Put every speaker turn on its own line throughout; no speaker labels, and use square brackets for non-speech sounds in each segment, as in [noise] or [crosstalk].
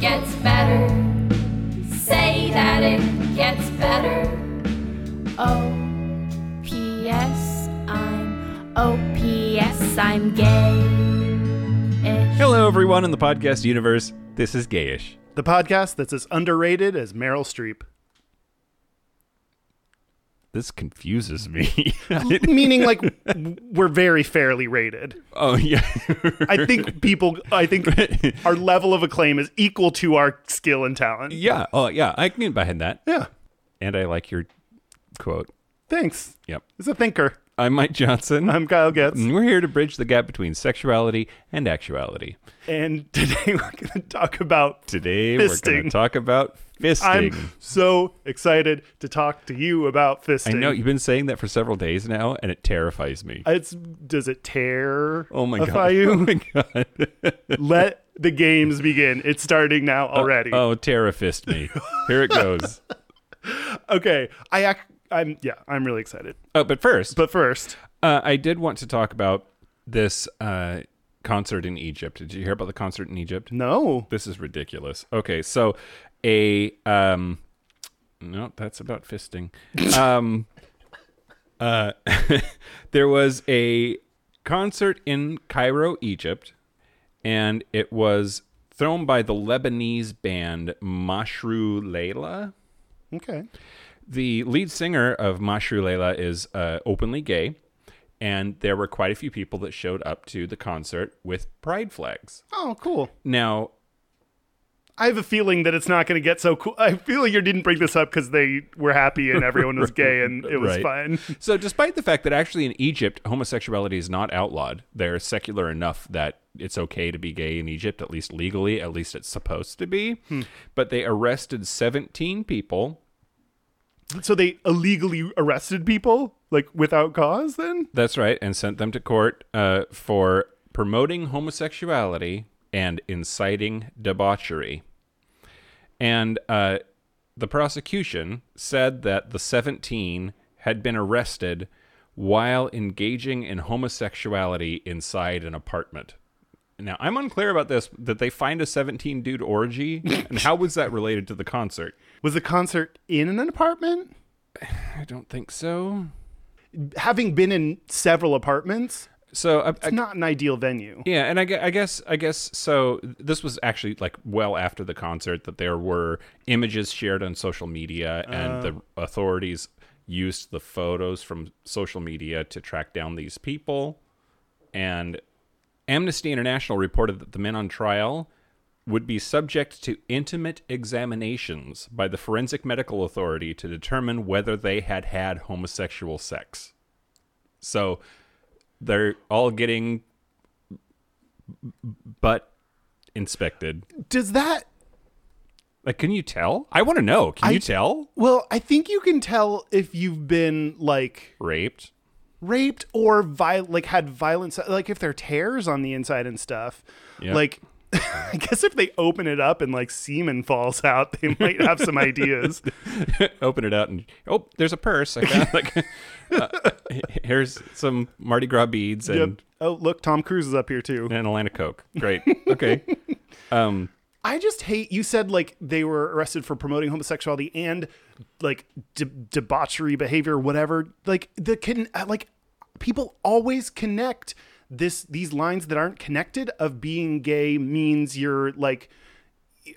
gets better. Say that it gets better. OPS, I'm OPS, I'm gay.
Hello, everyone in the podcast universe. This is Gayish.
The podcast that's as underrated as Meryl Streep.
This confuses me. [laughs]
Meaning, like, [laughs] w- we're very fairly rated.
oh, yeah. [laughs]
I think people, I think our level of acclaim is equal to our skill and talent.
yeah. Oh, yeah. I can get behind that.
Yeah.
And I like your quote.
Thanks.
Yep.
He's a thinker.
I'm Mike Johnson.
I'm Kyle Getz.
and we're here to bridge the gap between sexuality and actuality.
And [laughs] today we're going to talk about.
Today, we're going to
Fisting.
talk about fisting.
I'm so excited to talk to you about fisting.
I know you've been saying that for several days now, and it terrifies me.
It's, does it tear?
[laughs] oh, my
if
God.
I
Oh,
you?
my God.
Let the games begin. It's starting now already.
Oh, terror fist me. Here it
[laughs]
goes.
Okay. I ac- I'm yeah, I'm really excited.
Oh, but first,
But first,
Uh, I did want to talk about this uh, concert in Egypt. Did you hear about the concert in Egypt?
no.
This is ridiculous. Okay, so a um, no, that's about fisting. Um, uh, [laughs] there was a concert in Cairo, Egypt, and it was thrown by the Lebanese band Mashru Leila.
Okay.
The lead singer of Mashru Leila is uh, openly gay, and there were quite a few people that showed up to the concert with pride flags.
Oh, cool.
Now,
I have a feeling that it's not going to get so cool. I feel like you didn't bring this up because they were happy [laughs] and everyone was gay and it was
Right.
fun.
so despite the fact that actually in Egypt homosexuality is not outlawed, they're secular enough that it's okay to be gay in Egypt, at least legally, at least it's supposed to be. But they arrested 17 people.
So they illegally arrested people like without cause. Then
That's right, and sent them to court uh, for promoting homosexuality and inciting debauchery. And uh, the prosecution said that the 17 had been arrested while engaging in homosexuality inside an apartment. Now, I'm unclear about this that they find a 17 dude orgy, and how was that related to the concert?
was the concert in an apartment?
I don't think so.
Having been in several apartments,
So, I, I,
it's not an ideal venue.
Yeah, and I, gue- I guess I guess so. This was actually like well after the concert that there were images shared on social media, and the authorities used the photos from social media to track down these people. And Amnesty International reported that the men on trial would be subject to intimate examinations by the forensic medical authority to determine whether they had had homosexual sex. So they're all getting butt inspected.
Does that
Like, can you tell? I want to know. Can you tell?
well? I think you can tell if you've been like
Raped? [laughs]
raped or viol- like had violence like if there are tears on the inside and stuff
Yeah.
like [laughs] i guess if they open it up and like semen falls out they might have some ideas
Open it out and oh, there's a purse. I found, like, [laughs] uh, here's some Mardi Gras beads
Yep.
and
oh look tom cruise is up here too
and a line of coke. [laughs] Great. Okay. um.
i just hate you said like they were arrested for promoting homosexuality and like de- debauchery behavior whatever like the can like people always connect this these lines that aren't connected of being gay means you're like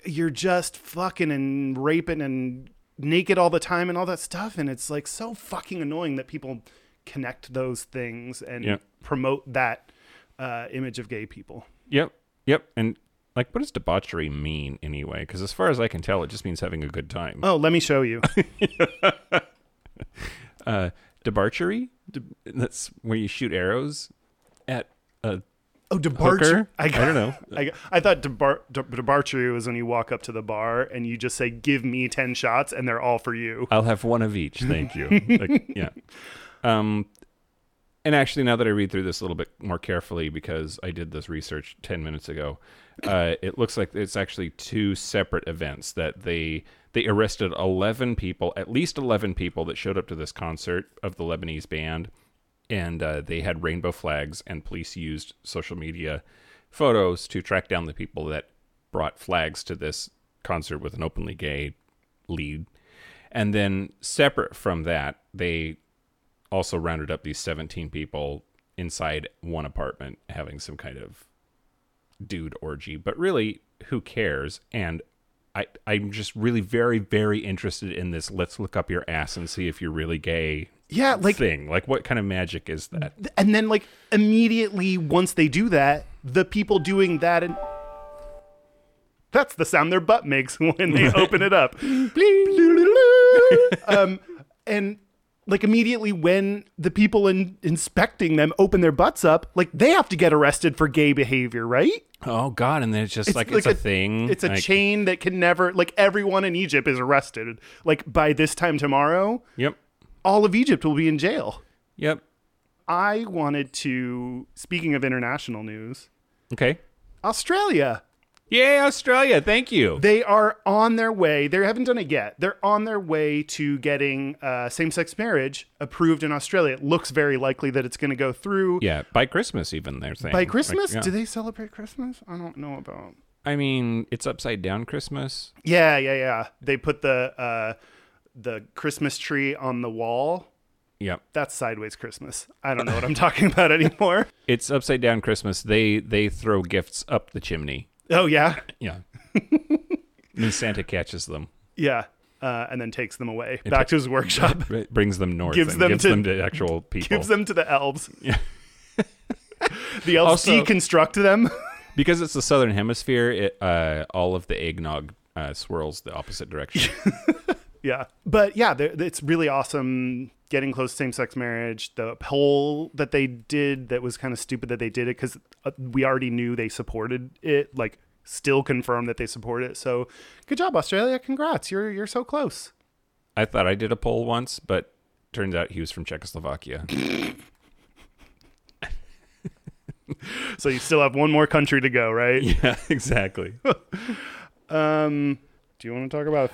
you're just fucking and raping and naked all the time and all that stuff and it's like so fucking annoying that people connect those things and
Yeah.
promote that uh, image of gay people
Yep. Yep. And like, what does debauchery mean anyway? Because as far as I can tell, it just means having a good time.
oh let me show you
Uh, debauchery. De- that's where you shoot arrows at a
oh departure
hooker. I don't know.
I, I thought debar- de- debauchery was when you walk up to the bar and you just say give me 10 shots and they're all for you
I'll have one of each, thank you. like, yeah. Um, and actually, now that I read through this a little bit more carefully, because I did this research ten minutes ago, uh, it looks like it's actually two separate events that they they arrested eleven people, at least eleven people that showed up to this concert of the Lebanese band, and uh, they had rainbow flags, and police used social media photos to track down the people that brought flags to this concert with an openly gay lead. And then separate from that, they also rounded up these 17 people inside one apartment having some kind of dude orgy. But really, who cares? And I, I'm just really very, very interested in this. Let's look up your ass and see if you're really gay
Yeah, like
thing. Like, what kind of magic is that?
and then like immediately once they do that, the people doing that and that's the sound their butt makes [laughs] when they open
[laughs]
it up. um, and like immediately when the people in, inspecting them open their butts up, like they have to get arrested for gay behavior, right?
Oh God! And then it's just like, it's a, thing.
It's a
like,
chain that can never like everyone in Egypt is arrested. Like by this time tomorrow,
Yep.
all of Egypt will be in jail.
Yep.
I wanted to speaking of international news,
Okay.
Australia.
Yay, Australia! Thank you.
They are on their way. They haven't done it yet. They're on their way to getting uh, same-sex marriage approved in Australia. It looks very likely that it's going to go through
yeah, by Christmas, even they're saying
by Christmas.
Like,
Do
yeah.
they celebrate Christmas? I don't know about.
I mean, it's upside down Christmas.
Yeah, yeah, yeah. They put the uh, the Christmas tree on the wall.
Yep.
That's sideways Christmas. I don't know what I'm [laughs] talking about anymore.
It's upside down Christmas. They they throw gifts up the chimney.
Oh yeah,
Yeah. [laughs] and Santa catches them,
yeah. Uh, and then takes them away back to his [laughs] workshop.
br- brings them north,
Gives
and
them
gives
to-
them to actual people.
[laughs] Gives them to the elves. [laughs] Yeah. the elves
Also-
deconstruct [laughs] them.
because it's the southern hemisphere. It, uh, all of the eggnog uh, swirls the opposite
[laughs]
direction.
Yeah. But yeah, they're- it's really awesome getting close to same sex marriage. The poll that they did that was kind of stupid that they did it because we already knew they supported it, like, still confirmed that they support it. So good job, Australia. Congrats. You're, you're so close.
I thought I did a poll once, but turns out he was from
[laughs]
Czechoslovakia.
So you still have one more country to go, right?
yeah, exactly.
Um, do you want to talk about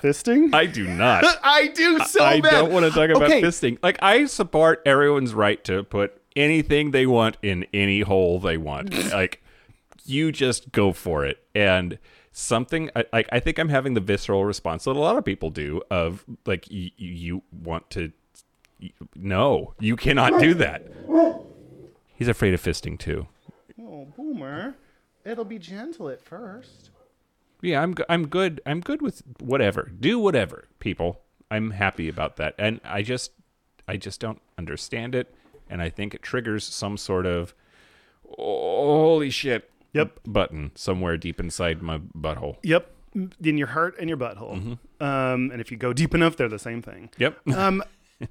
[laughs]
fisting?
I do not.
I [laughs] do so
I
bad.
don't want to talk about
Okay,
this thing. Like I support everyone's right to put anything they want in any hole they
[laughs]
want. like you just go for it. And something I- like I think I'm having the visceral response that a lot of people do of like y- y- you want to y- no, you cannot do that. He's afraid of fisting too.
Oh, boomer. It'll be gentle at first.
Yeah, I'm g- I'm good. I'm good with whatever. Do whatever, people. I'm happy about that. And I just I just don't understand it and I think it triggers some sort of holy shit
Yep.
button somewhere deep inside my butthole.
Yep. In your heart and your butthole. Um, and if you go deep enough, they're the same thing.
Yep.
Um,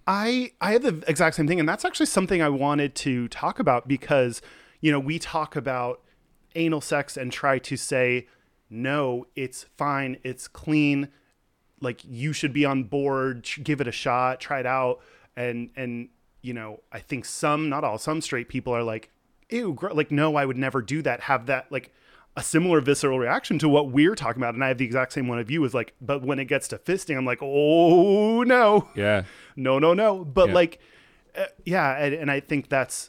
I I had the exact same thing, and that's actually something I wanted to talk about because you know we talk about anal sex and try to say no, it's fine, it's clean, like you should be on board, tr- give it a shot, try it out, and and you know I think some, not all, some straight people are like, ew, gr-. like no, I would never do that. Have that like a similar visceral reaction to what we're talking about, and I have the exact same one of you is like, but when it gets to fisting, I'm like, oh no,
yeah.
no, no, no. But
Yeah.
like, uh, yeah, and, and I think that's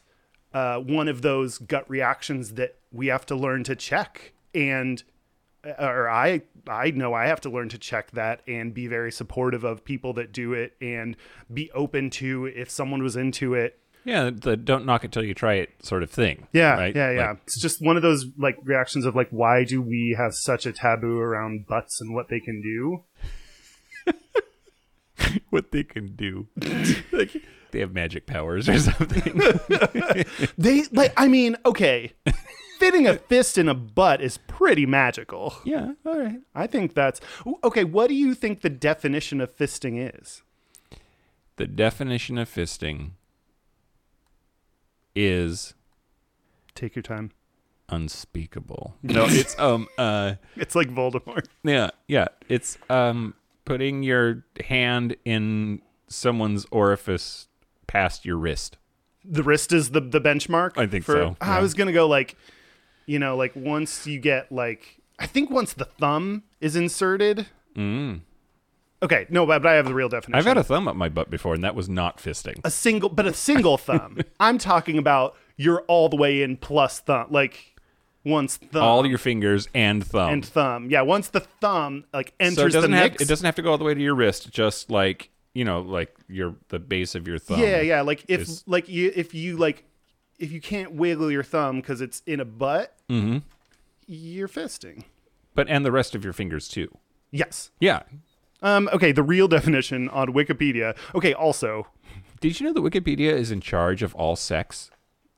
uh, one of those gut reactions that we have to learn to check, and uh, or I I know I have to learn to check that and be very supportive of people that do it and be open to if someone was into it.
Yeah, the don't knock it till you try it sort of thing.
Yeah,
right?
yeah, yeah.
Like,
it's just one of those like reactions of like, why do we have such a taboo around butts and what they can do?
[laughs] what they can
[laughs]
do. like they have magic powers or something.
They like, I mean,
[laughs]
okay, fitting a fist in a butt is pretty magical.
yeah, all right.
I think that's Ooh, okay. What do you think the definition of fisting is?
The definition of fisting is
Take your time. [laughs]
unspeakable. No, it's um uh
It's like Voldemort.
yeah, yeah, it's um putting your hand in someone's orifice past your wrist.
The wrist is the the benchmark.
I think
for-
so,
Ah, I
yeah.
was gonna go like, you know, like once you get like, I think once the thumb is inserted. Okay, no, but, but I have the real definition.
Mm. I've had a thumb up my butt before and that was not fisting.
a
[laughs]
single, but a single thumb. I'm talking about you're all the way in plus thumb, like once thumb
all your fingers and thumb.
and thumb. Yeah, once the thumb like
so it
enters the
doesn't have
mix.
it doesn't have to go all the way to your wrist. Just like you know, like your the base of your thumb.
yeah, yeah. Like if
is-
like you if you like if you can't wiggle your thumb because it's in a butt,
Mm-hmm.
you're fisting.
But and the rest of your fingers too.
Yes.
Yeah.
Um, okay, the real [laughs] definition on Wikipedia. Okay, also.
Did you know that Wikipedia is in charge of all sex?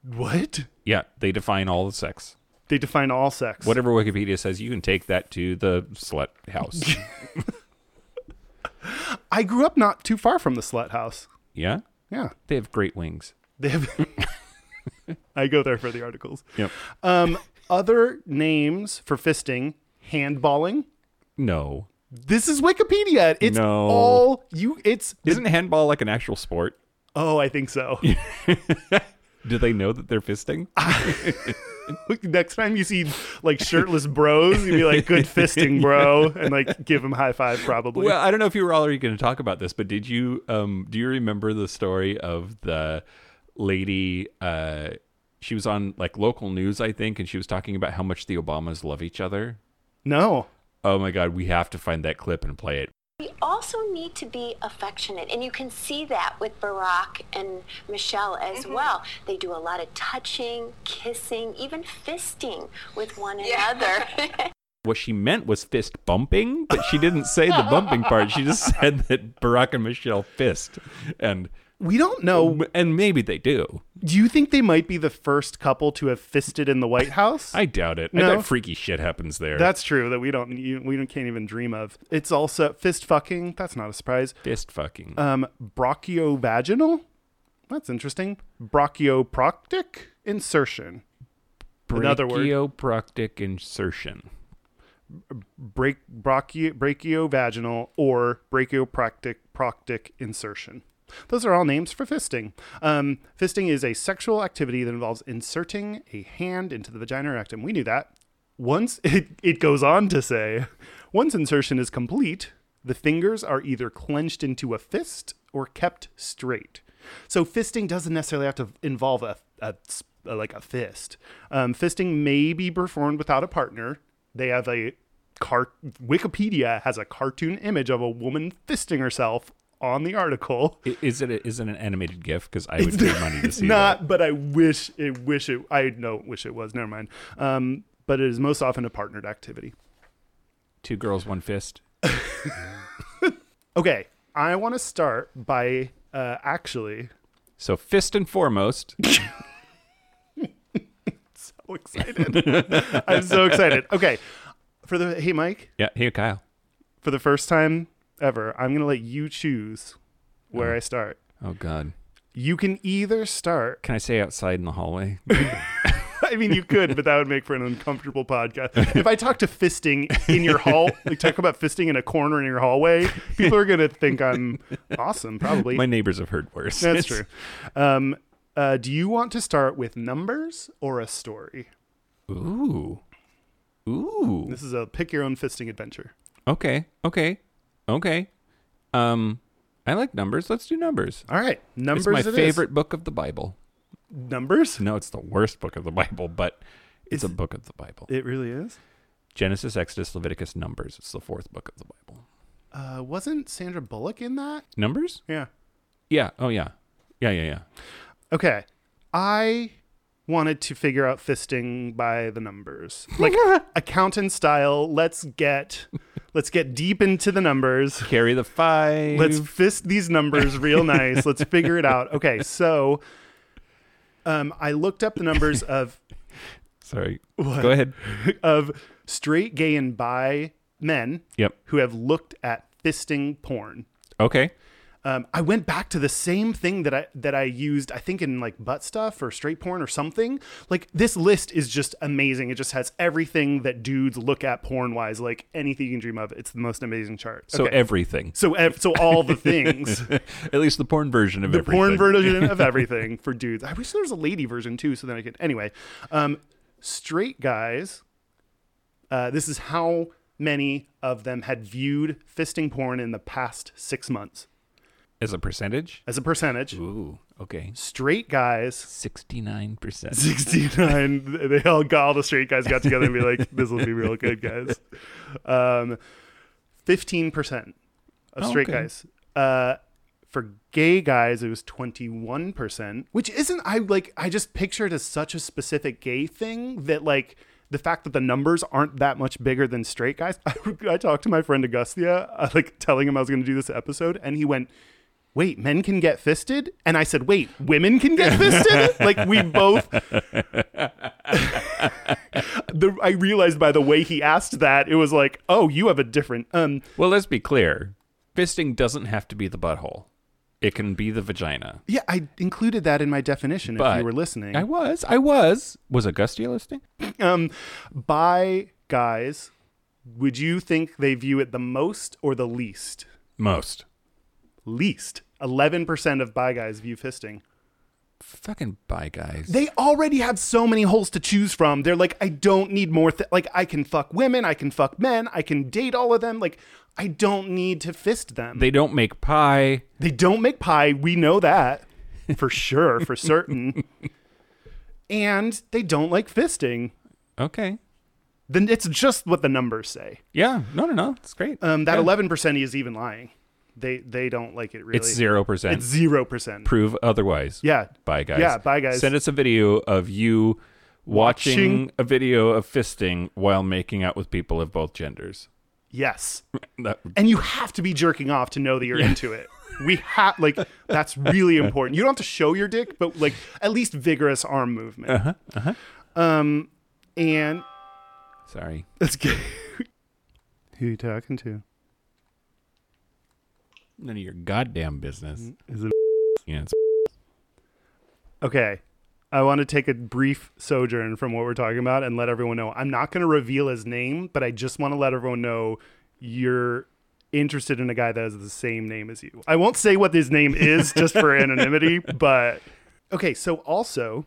What?
Yeah, they define all the sex.
They define all sex.
Whatever Wikipedia says, you can take that to the slut [laughs] house.
I grew up not too far from the slut house.
yeah,
Yeah.
they have great wings.
They have [laughs] I go there for the articles.
Yep.
Um, other names for fisting, handballing.
No,
This is Wikipedia. It's
No.
all you it's
isn't handball like an actual sport?
Oh, I think so.
Do they know that they're fisting?
Next time you see like shirtless bros, you'd be like, "Good fisting, bro," and like give him high five
[laughs]
probably.
Well, I don't know if you were already going to talk about this, but did you um do you remember the story of the lady uh she was on like local news I think and she was talking about how much the Obamas love each other?
no,
Oh my god, we have to find that clip and play it.
We also need to be affectionate, and you can see that with Barack and Michelle as well. They do a lot of touching, kissing, even fisting with one another.
What she meant was fist bumping, but she didn't say the bumping part. She just [laughs] said that Barack and Michelle fist and
we don't know.
and maybe they do.
Do you think they might be the first couple to have fisted in the White House?
I doubt it.
No.
I bet freaky shit happens there.
that's true that we don't you, we don't, can't even dream of. It's also fist fucking. That's not a surprise.
fist fucking.
Um, brachiovaginal. That's interesting. Brachioproctic insertion. in other words-
Brachioproctic insertion.
Brach brachio, brachiovaginal or brachiopractic proctic insertion. Those are all names for fisting. Um, fisting is a sexual activity that involves inserting a hand into the vagina or rectum. We knew that. Once [laughs] it, it goes on to say, once insertion is complete, the fingers are either clenched into a fist or kept straight. So fisting doesn't necessarily have to involve a, a s- a- like a fist. Um, fisting may be performed without a partner. They have a car- Wikipedia has a cartoon image of a woman fisting herself on the article.
I- Is it a, is it an animated GIF? Because I would pay money to
It's
see
not, but I wish it wish it. I no wish it was. Never mind. Um, but it is most often a partnered activity.
that. Two girls, one fist.
Okay, I want to start by uh, actually
So fist and foremost,
so excited. I'm so excited. Okay, for the hey Mike,
yeah. Hey, Kyle.
for the first time ever, I'm gonna let you choose where I start.
Oh God.
You can either start.
Can I say outside in the hallway? [laughs]
[laughs] I mean, you could, but that would make for an uncomfortable podcast. If I talk to fisting in your [laughs] hall, like talk about fisting in a corner in your hallway, people are gonna think I'm awesome. Probably
My neighbors have heard worse.
that's true. Um, uh, do you want to start with numbers or a story?
Ooh. Ooh.
This is a pick your own fisting adventure.
Okay. Okay. Okay. Um, I like numbers. Let's do numbers.
All right, numbers.
It's my
it is.
favorite book of the Bible.
numbers.
No, it's the worst book of the Bible, but it's a book of the Bible.
[laughs] It really is.
Genesis, Exodus, Leviticus, Numbers. It's the fourth book of the Bible.
Uh, wasn't Sandra Bullock in that?
Numbers?
Yeah.
Yeah. Oh yeah. Yeah. Yeah. Yeah.
Okay. I wanted to figure out fisting by the numbers. Like [laughs] accountant style, let's get let's get deep into the numbers.
Carry the five.
Let's fist these numbers real nice. Let's figure it out. Okay, so um I looked up the numbers of
Sorry. Go ahead.
of straight, gay and bi men
Yep.
who have looked at fisting porn.
Okay.
um, I went back to the same thing that I that I used, I think in like butt stuff or straight porn or something. Like this list is just amazing. It just has everything that dudes look at porn wise, like anything you can dream of. It's the most amazing chart.
So
okay.
everything. [laughs]
so ev- so all the things, the
At least the porn version of everything.
porn version
[laughs]
of everything for dudes. I wish there was a lady version too, so then I could. Anyway, um, straight guys. Uh, this is how many of them had viewed fisting porn in the past six months
As a percentage?
as a percentage.
Ooh. Okay.
Straight guys, [laughs]
69%.
69, they all got all the straight guys got together and
[laughs]
be like, this will be real good, guys. Um, 15% of
Oh,
straight
okay.
guys. Uh, for gay guys, it was 21%, which isn't, I like, I just pictured as such a specific gay thing that, like, the fact that the numbers aren't that much bigger than straight guys. [laughs] I, I talked to my friend Augustia, uh, like, telling him I was going to do this episode, and he went, Wait, men can get fisted? And I said, Wait, women can
[laughs]
get fisted? like, we both. the, I realized by the way he asked that, it was like, Oh, you have a different. um
Well, let's be clear. Fisting doesn't have to be the butthole. It can be the vagina.
Yeah, I included that in my definition if
But
you were listening.
I was. I was. Was Augustia listening?
[clears throat] um, by guys, would you think they view it the most or the least?
Most.
Least. 11% of bi guys view fisting.
Fucking bye, guys.
They already have so many holes to choose from. They're like, I don't need more. Th- like, I can fuck women. I can fuck men. I can date all of them. Like, I don't need to fist them.
they don't make pie.
They don't make pie. We know that
[laughs]
for sure, for certain. and they don't like fisting.
Okay.
Then it's just what the numbers say.
Yeah. No, no, no. It's great.
Um, that
Yeah.
eleven percent is even lying. They they don't like it really.
It's zero percent.
It's zero percent.
Prove otherwise.
yeah.
Bye, guys.
Yeah, bye, guys.
Send us a video of you watching,
Watching-
a video of fisting while making out with people of both genders.
Yes.
That would-
And you have to be jerking off to know that you're into it. We have like that's really important. You don't have to show your dick, but like at least vigorous arm movement. Uh-huh. Uh-huh. Um and
sorry.
that's good. Who you talking to?
None of your goddamn business.
Is it
Yeah, it's
Okay. I want to take a brief sojourn from what we're talking about and let everyone know. I'm not going to reveal his name, but I just want to let everyone know you're interested in a guy that has the same name as you. I won't say what his name is just for anonymity, but okay, so also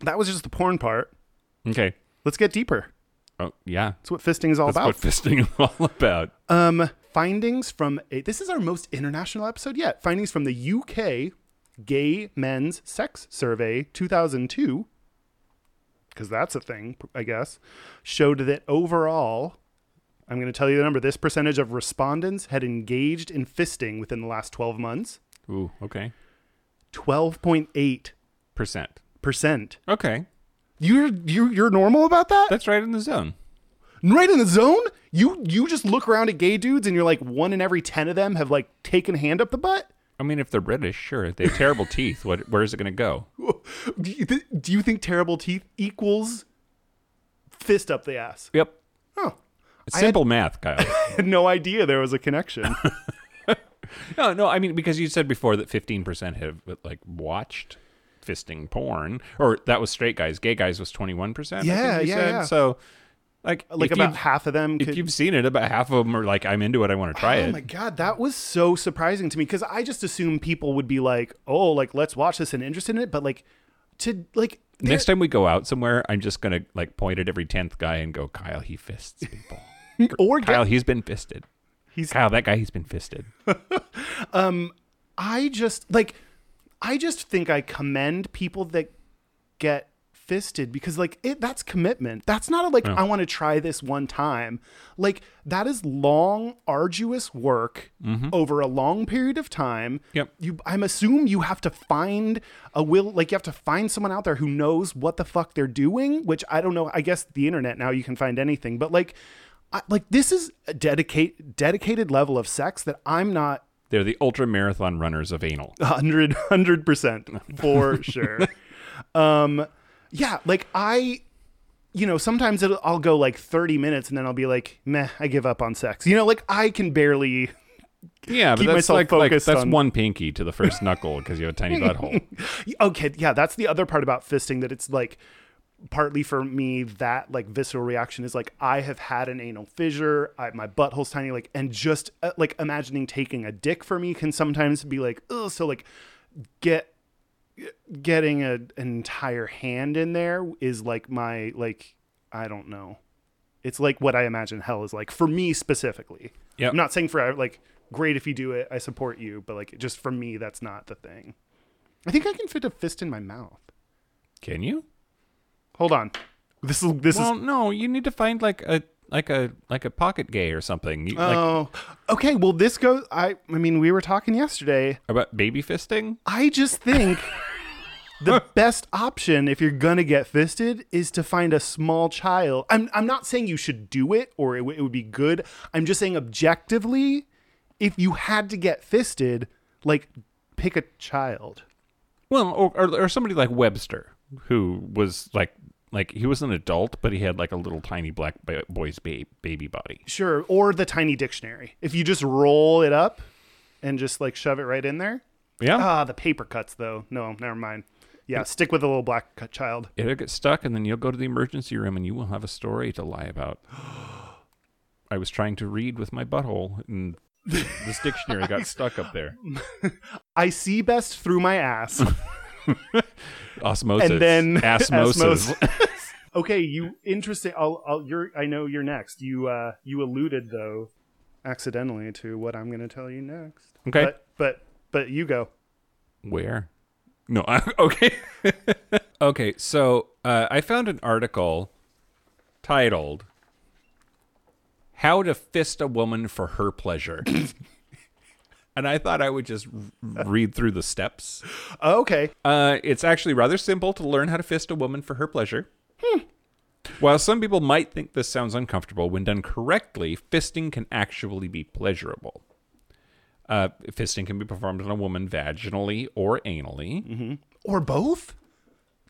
that was just the porn part.
okay.
Let's get deeper.
Oh yeah,
That's what fisting is all
that's
about.
what fisting is [laughs] all about.
Um, findings from a, this is our most international episode yet. Findings from the UK Gay Men's Sex Survey 2002, because that's a thing, I guess, showed that overall, I'm going to tell you the number. This percentage of respondents had engaged in fisting within the last 12 months.
Ooh, okay.
12.8
Percent.
percent.
Okay,
You're you you're normal about that?
that's right in the zone.
right in the zone. You you just look around at gay dudes and you're like one in every 10 of them have like taken a hand up the butt.
I mean, if they're British, sure. They have
[laughs]
terrible teeth. What? Where is it going to go?
Do you, th- do you think terrible teeth equals fist up the ass?
Yep.
Oh,
It's
I had-
simple math,
[laughs]
Kyle.
I had no idea there was
[laughs]
a connection.
no, no. I mean, because you said before that fifteen percent have like watched fisting porn, or that was straight guys. Gay guys was twenty one percent.
Yeah, yeah, yeah.
So, like,
like
if
about
you've-
half of them.
If
could-
you've seen it, about half of them are like, "I'm into it. I want to try
oh
it."
my god, that was so surprising to me because I just assumed people would be like, "Oh, like let's watch this and interested in it," but like to
[laughs]
like there-
Next time we go out somewhere, I'm just gonna like point at every tenth guy and go, "Kyle, he fists people.
or get
Kyle, he's been fisted.
He's-
Kyle, that guy, he's been fisted."
I just like I just think I commend people that get fisted because like it that's commitment. That's not a, like I want to try this one time. Like that is long arduous work over a long period of time.
Yep.
You I'm assume you have to find a will like you have to find someone out there who knows what the fuck they're doing, which I don't know. I guess the internet now you can find anything, but like I, like this is a dedicate dedicated level of sex that I'm not
They're the ultra marathon runners of anal.
100 percent for sure um yeah like i you know sometimes it'll, i'll go like 30 minutes and then i'll be like meh i give up on sex you know like i can barely
[laughs] Yeah, but
Keep
that's
myself
like, like
focused
that's
on-
one pinky to the first [laughs] knuckle because you have a tiny butthole.
okay yeah that's the other part about fisting that it's like partly for me that like visceral reaction is like i have had an anal fissure I, my butthole's tiny like and just uh, like imagining taking a dick for me can sometimes be like oh so like get getting a, an entire hand in there is like my like i don't know it's like what i imagine hell is like for me specifically
[laughs] Yep.
i'm not saying for like great if you do it i support you but like just for me that's not the thing I think I can fit a fist in my mouth.
Can you?
Hold on. This is this
Well,
is
no. You need to find like a like a like a pocket gay or something. You, like
Oh. okay, well this goes I I mean we were talking yesterday.
about baby fisting.
I just [laughs] think the best option if you're gonna get fisted is to find a small child. I'm I'm not saying you should do it or it, w- it would be good. I'm just saying objectively, if you had to get fisted, like pick a child.
Well, or, or or somebody like Webster, who was like like he was an adult, but he had like a little tiny black ba- boy's ba- baby body.
Sure, or the tiny dictionary. If you just roll it up and just like shove it right in there.
Yeah,
Ah, the paper cuts though. No, never mind. Yeah, stick with the little black cut child.
it'll get stuck, and then you'll go to the emergency room, and you will have a story to lie
[gasps]
about. I was trying to read with my butthole, and this dictionary got stuck up
[laughs]
there.
I see best through my ass.
Osmosis, [laughs]
and then [laughs]
osmosis.
osmosis. [laughs] okay, you interesting. I'll, I'll, you're, I know you're next. You, uh, you alluded though, accidentally to what I'm going to tell you next.
Okay.
but, but, but you go.
Where? No, [laughs] I, okay. okay, so uh, I found an article titled How to Fist a Woman for Her
[coughs]
Pleasure. and I thought I would just r- read through the steps.
Oh, okay,
Uh, it's actually rather simple to learn how to fist a woman for her pleasure. Hmm. While some people might think this sounds uncomfortable, when done correctly, fisting can actually be pleasurable. Uh, fisting can be performed on a woman vaginally or anally.
or both.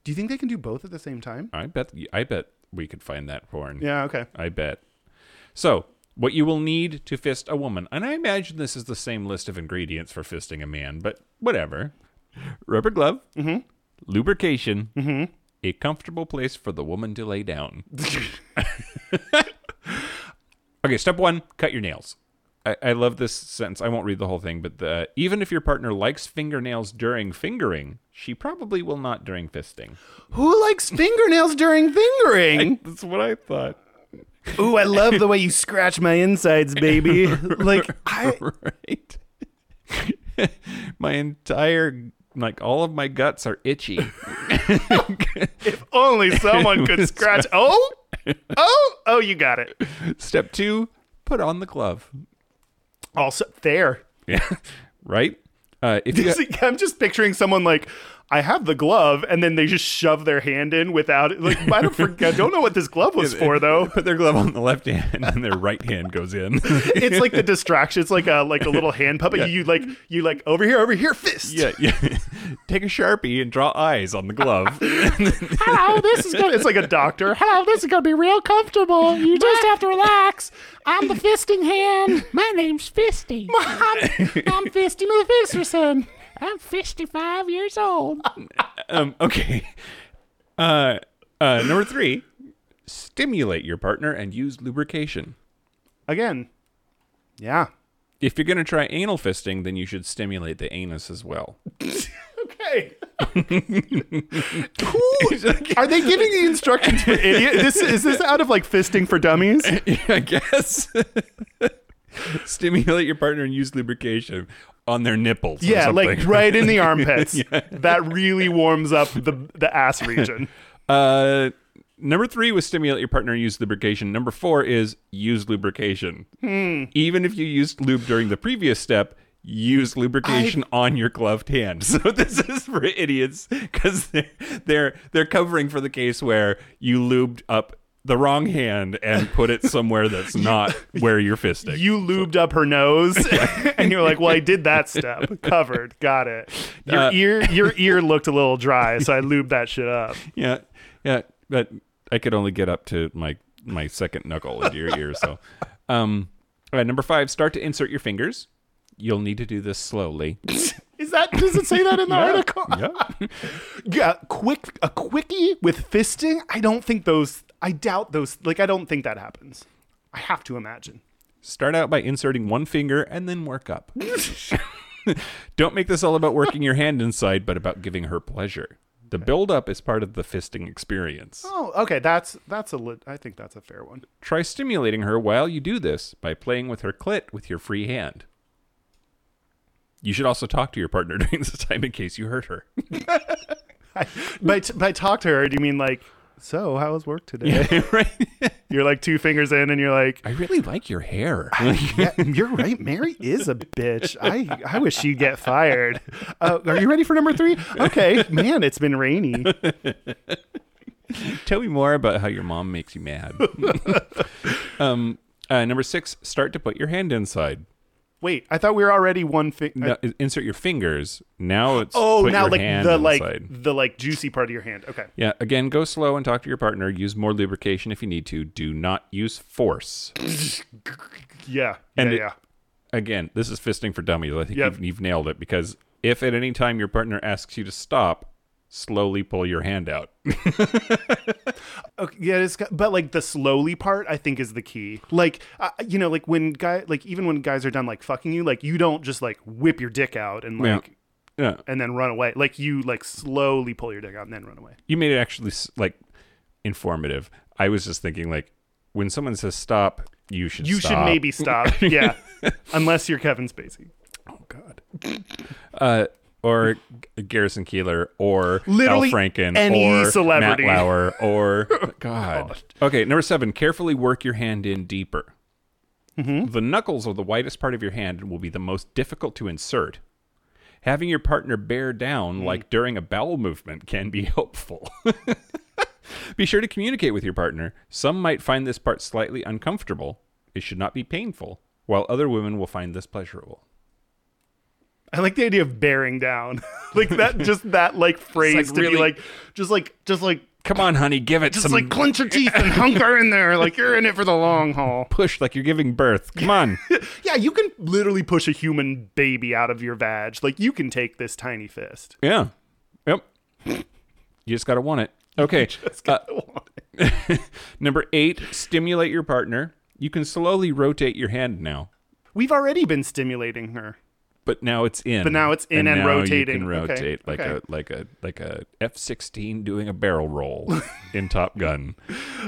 Do you think they can do both at the same time?
I bet. I bet we could find that porn.
Yeah. Okay.
I bet. So, what you will need to fist a woman, and I imagine this is the same list of ingredients for fisting a man, but whatever. Rubber glove, lubrication, a comfortable place for the woman to lay [laughs] down. okay, step one cut your nails. I, I love this sentence. I won't read the whole thing, but the, even if your partner likes fingernails during fingering, she probably will not during fisting.
Who likes fingernails during fingering?
That's what I thought.
Ooh, I love the way you scratch my insides, baby. [laughs] like I
[laughs] right. my entire like all of my guts are itchy.
[laughs] [laughs] only someone [laughs] could scratch. Oh, oh, oh! You got it.
Step 2, put on the glove.
Also, there. [laughs]
Yeah. [laughs] right? Uh if you got-
See, I'm just picturing someone like I have the glove, and then they just shove their hand in without it. Like I don't forget. Don't know what this glove [laughs] was for though.
[laughs] put their glove on the left hand and their right hand goes in.
[laughs] It's like the distraction. It's like a like a little hand puppet. You like you like over here, over here,
[laughs]
fist.
yeah, yeah. Take a Sharpie and draw eyes on the
[laughs]
glove. [laughs]
How this is [laughs] gonna? [laughs] It's like a doctor. How this is gonna be real comfortable? You just have to relax. I'm the fisting hand.
My name's Fisty.
[laughs]
I'm Fisty McPherson. I'm 55 years old.
um okay. Uh uh number 3, stimulate your partner and use lubrication.
Again. Yeah.
If you're going to try anal fisting, then you should stimulate the anus as well.
Okay.
[laughs]
Are they giving the instructions [laughs] for idiot? This is this out of like fisting for
[laughs]
dummies?
I guess. [laughs] Stimulate your partner and use lubrication on their nipples. or
Yeah, like
something.
right in the armpits. That really warms up the the ass region.
[laughs] Uh, number three was stimulate your partner and use lubrication. Number four is use lubrication.
Hmm.
Even if you used lube during the previous step, use lubrication on your gloved hand. [laughs] So this is for idiots because they're, they're they're covering for the case where you lubed up the wrong hand and put it somewhere
[laughs]
that's not where you're fisting.
You lubed up her nose, [laughs] and you're like, "Well, I did that step. Covered. Got it. Your
Uh, [laughs]
ear, your ear looked a little dry, so I lubed that shit up."
yeah, yeah, but I could only get up to my my second knuckle into your ear. So, um, all right, number five, start to insert your fingers. You'll need to do this slowly.
Is that does it say that in the article?
Yeah.
Yeah, quick a quickie with fisting. I don't think those. I doubt those. Like I don't think that happens. I have to imagine.
Start out by inserting one finger and then work up. Don't make this all about working your hand inside, but about giving her pleasure. The build up is part of the fisting experience.
Oh, okay. That's that's a lit. I think that's a fair one.
Try stimulating her while you do this by playing with her clit with your free hand. You should also talk to your partner [laughs] during this time in case you hurt her.
by, t- by talk to her, do you mean like, so how was work today?
right?
[laughs] You're like two fingers in and you're like,
I really like your hair.
yeah, you're right. Mary is a bitch. I, I wish she'd get [laughs] fired. Uh, are you ready for number three? Okay, man, it's been [laughs] rainy.
[laughs] Tell me more about how your mom makes you mad. um, uh, number six, start to put your hand inside.
Wait, I thought we were already one thing.
No, insert your fingers. Now it's
oh,
put
now
your
like
hand
the like
inside.
the like juicy part of your hand. Okay,
Yeah, again, go slow and talk to your partner. Use more lubrication if you need to. Do not use force.
yeah,
And
yeah,
it-
yeah.
Again, this is fisting for dummies. I think
Yep.
you've, you've nailed it because if at any time your partner asks you to stop, slowly pull your hand out. [laughs]
Okay, yeah, it's got, but like the slowly part, I think is the key. Like, uh, you know, like when guy, like even when guys are done like fucking you, like you don't just like whip your dick out and
Yeah.
like
yeah,
and then run away. Like you like slowly pull your dick out and then run away.
you made it actually s- like informative. I was just thinking like when someone says stop, you should.
You should
stop.
maybe
[laughs]
stop. yeah, unless you're Kevin Spacey.
Oh God. Uh, or G- Garrison Keeler, or
Literally
Al Franken,
any
or
celebrity. Oh,
Matt Lauer, or
[laughs]
God. Okay, number seven. Carefully work your hand in deeper.
Mm-hmm.
The knuckles are the widest part of your hand and will be the most difficult to insert. Having your partner bear
Mm.
down, like during a bowel movement, can be [laughs] helpful. be sure to communicate with your partner. Some might find this part slightly uncomfortable. It should not be painful, while other women will find this pleasurable.
I like the idea of bearing down, [laughs] like that. Just that like phrase to
really-
be like, just like, just like,
Come on, honey, give it
just
some
like clench your teeth and hunker in there, like you're in it for the long haul.
push, like you're giving birth. Come
[laughs]
on.
Yeah, you can literally push a human baby out of your vag. Like you can take this tiny fist. [laughs]
yeah. Yep. You just gotta want it. Okay. Uh, [laughs] number eight, stimulate your partner. You can slowly rotate your hand now,
We've already been stimulating her.
but now it's in.
But now it's in and
now You
rotating.
can
Okay,
rotate like
okay.
a like a like a F sixteen doing a barrel
[laughs]
roll in Top Gun.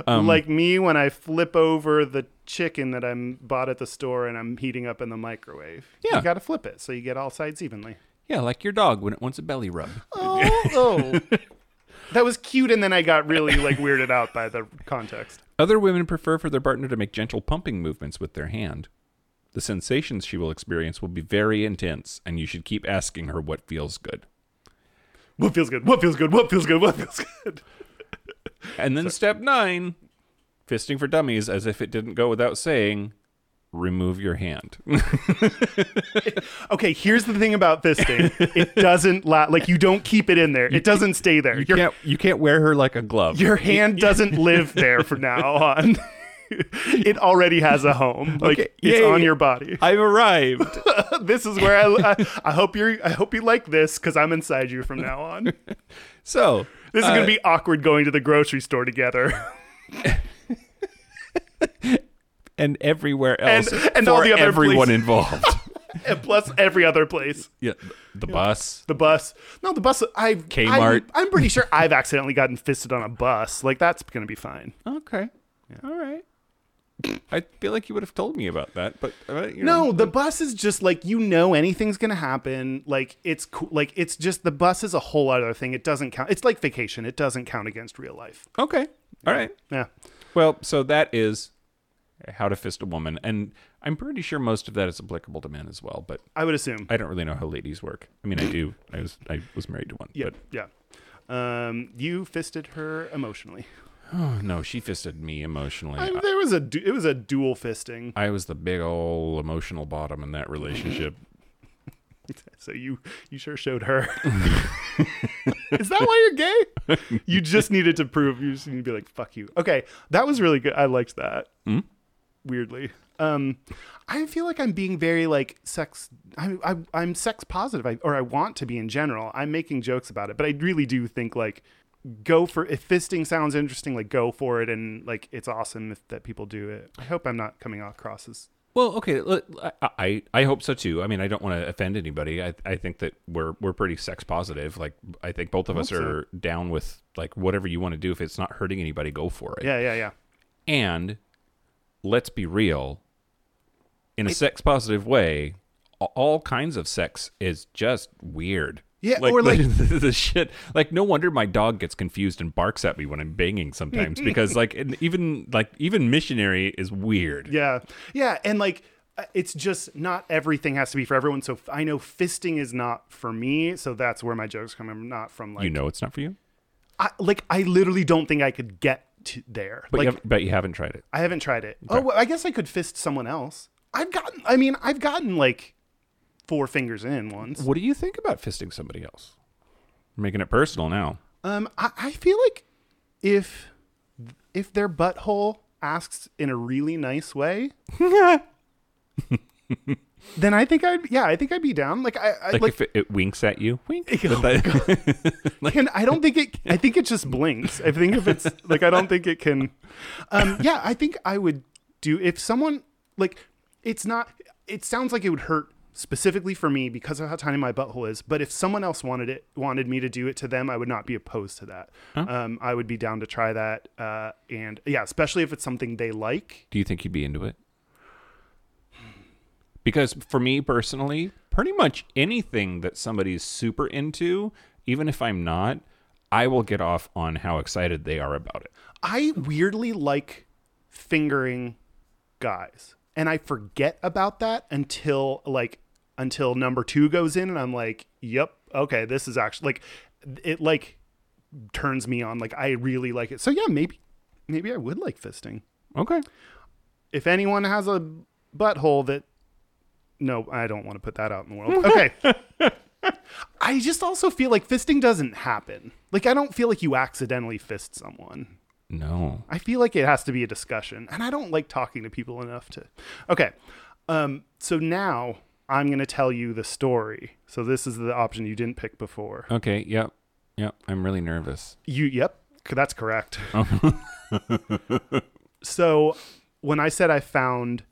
like me when I flip over the chicken that I am bought at the store and I'm heating up in the microwave.
Yeah.
You got to flip it so you get all sides evenly.
Yeah, like your dog when it wants a belly rub.
[laughs] Oh. that was cute and then I got really like weirded out by the context.
Other women prefer for their partner to make gentle pumping movements with their hand. The sensations she will experience will be very intense, and you should keep asking her what feels good.
What feels good? What feels good? What feels good? What feels good?
And then step nine fisting for dummies, as if it didn't go without saying, remove your hand. [laughs]
Okay, here's the thing about fisting. It doesn't la- like you don't keep it in there. It doesn't stay there.
you,
Your,
can't, you can't wear her like a glove.
your hand doesn't live there from now on. [laughs] it already has a home. Like
Okay,
it's
yay.
on your body.
I've arrived. [laughs]
Uh, this is where I, I, I hope you I hope you like this because I'm inside you from now on. This
So
is gonna be awkward going to the grocery store together [laughs]
and everywhere else,
and all
for
the other
everyone
police-
[laughs] involved.
and plus every other place.
yeah, the bus.
The bus, no, the bus. I
Kmart.
I'm, I'm pretty sure I've accidentally gotten fisted on a bus. Like that's gonna be fine.
Okay, all right. I feel like you would have told me about that, but uh, you know.
No, the bus is just like you know anything's gonna happen. Like it's cool. Like it's just the bus is a whole other thing. It doesn't count. It's like vacation. It doesn't count against real life.
Okay. All right.
Yeah.
Well, so that is how to fist a woman, and I'm pretty sure most of that is applicable to men as well. But
I would assume.
I don't really know how ladies work. I mean, I do. I was I was married to one.
yeah. Yeah. Um, you fisted her emotionally.
But no, she fisted me emotionally.
I mean,
I,
there was a du- it was a dual fisting.
I was the big ol' emotional bottom in that relationship.
So you you sure showed her. [laughs] Is that why you're gay? You just needed to prove. You just need to be like fuck you. Okay, that was really good. I liked that. Weirdly, um, I feel like I'm being very like sex. I, I I'm sex positive, I, or I want to be in general. I'm making jokes about it, but I really do think like go for if fisting sounds interesting, like go for it, and like it's awesome if that people do it. I hope I'm not coming off cross as
Well, okay, l- I, I I hope so too. I mean, I don't want to offend anybody. I I think that we're we're pretty sex positive. Like, I think both of us
so.
are down with like whatever you want to do. If it's not hurting anybody, go for it.
yeah yeah yeah.
And let's be real, in a sex positive way, all kinds of sex is just weird.
Yeah,
[laughs] like,
or,
the-
like-
the, shit. Like, no wonder my dog gets confused and barks at me when I'm banging
[laughs]
sometimes because, like, and even like even missionary is weird.
Yeah. Yeah. And like, uh, it's just not everything has to be for everyone. So f- I know fisting is not for me. So that's where my jokes come from. Not from like,
you know, it's not for you,
I, like I literally don't think I could get to there.
but
like,
you have, but you haven't tried it.
I haven't tried it. Oh, well, I guess I could fist someone else. I've gotten, I mean, I've gotten like four fingers in once.
What do you think about fisting somebody else? You're making it personal now.
Um, I, I feel like if, if their butthole asks in a really
[laughs]
nice way, then I think I'd, yeah, I think I'd be down. Like I, I
Like,
like, Oh
if it, it winks at you,
[laughs]
wink. [laughs]
can I don't think it I think it just blinks. I think if it's like I don't think it can um yeah, I think I would do if someone like it's not it sounds like it would hurt specifically for me because of how tiny my butthole is, but if someone else wanted it wanted me to do it to them, I would not be opposed to that. Um I would be down to try that uh and yeah, especially if it's something they like.
Do you think you'd be into it? Because for me personally, pretty much anything that somebody's super into, even if I'm not, I will get off on how excited they are about it.
I weirdly like fingering guys. And I forget about that until like until number 2 goes in and I'm like, "Yep, okay, this is actually like it like turns me on like I really like it." So yeah, maybe maybe I would like fisting.
Okay.
If anyone has a butthole that no, I don't want to put that out in the world. Okay. I just also feel like fisting doesn't happen. Like I don't feel like you accidentally fist someone.
No.
I feel like it has to be a discussion, and I don't like talking to people enough to. Okay, um, so now I'm going to tell you the story. So this is the option you didn't pick before.
Okay. Yep. Yep. I'm really nervous.
You, yep, c- that's
[laughs]
correct. [laughs] so when I said I found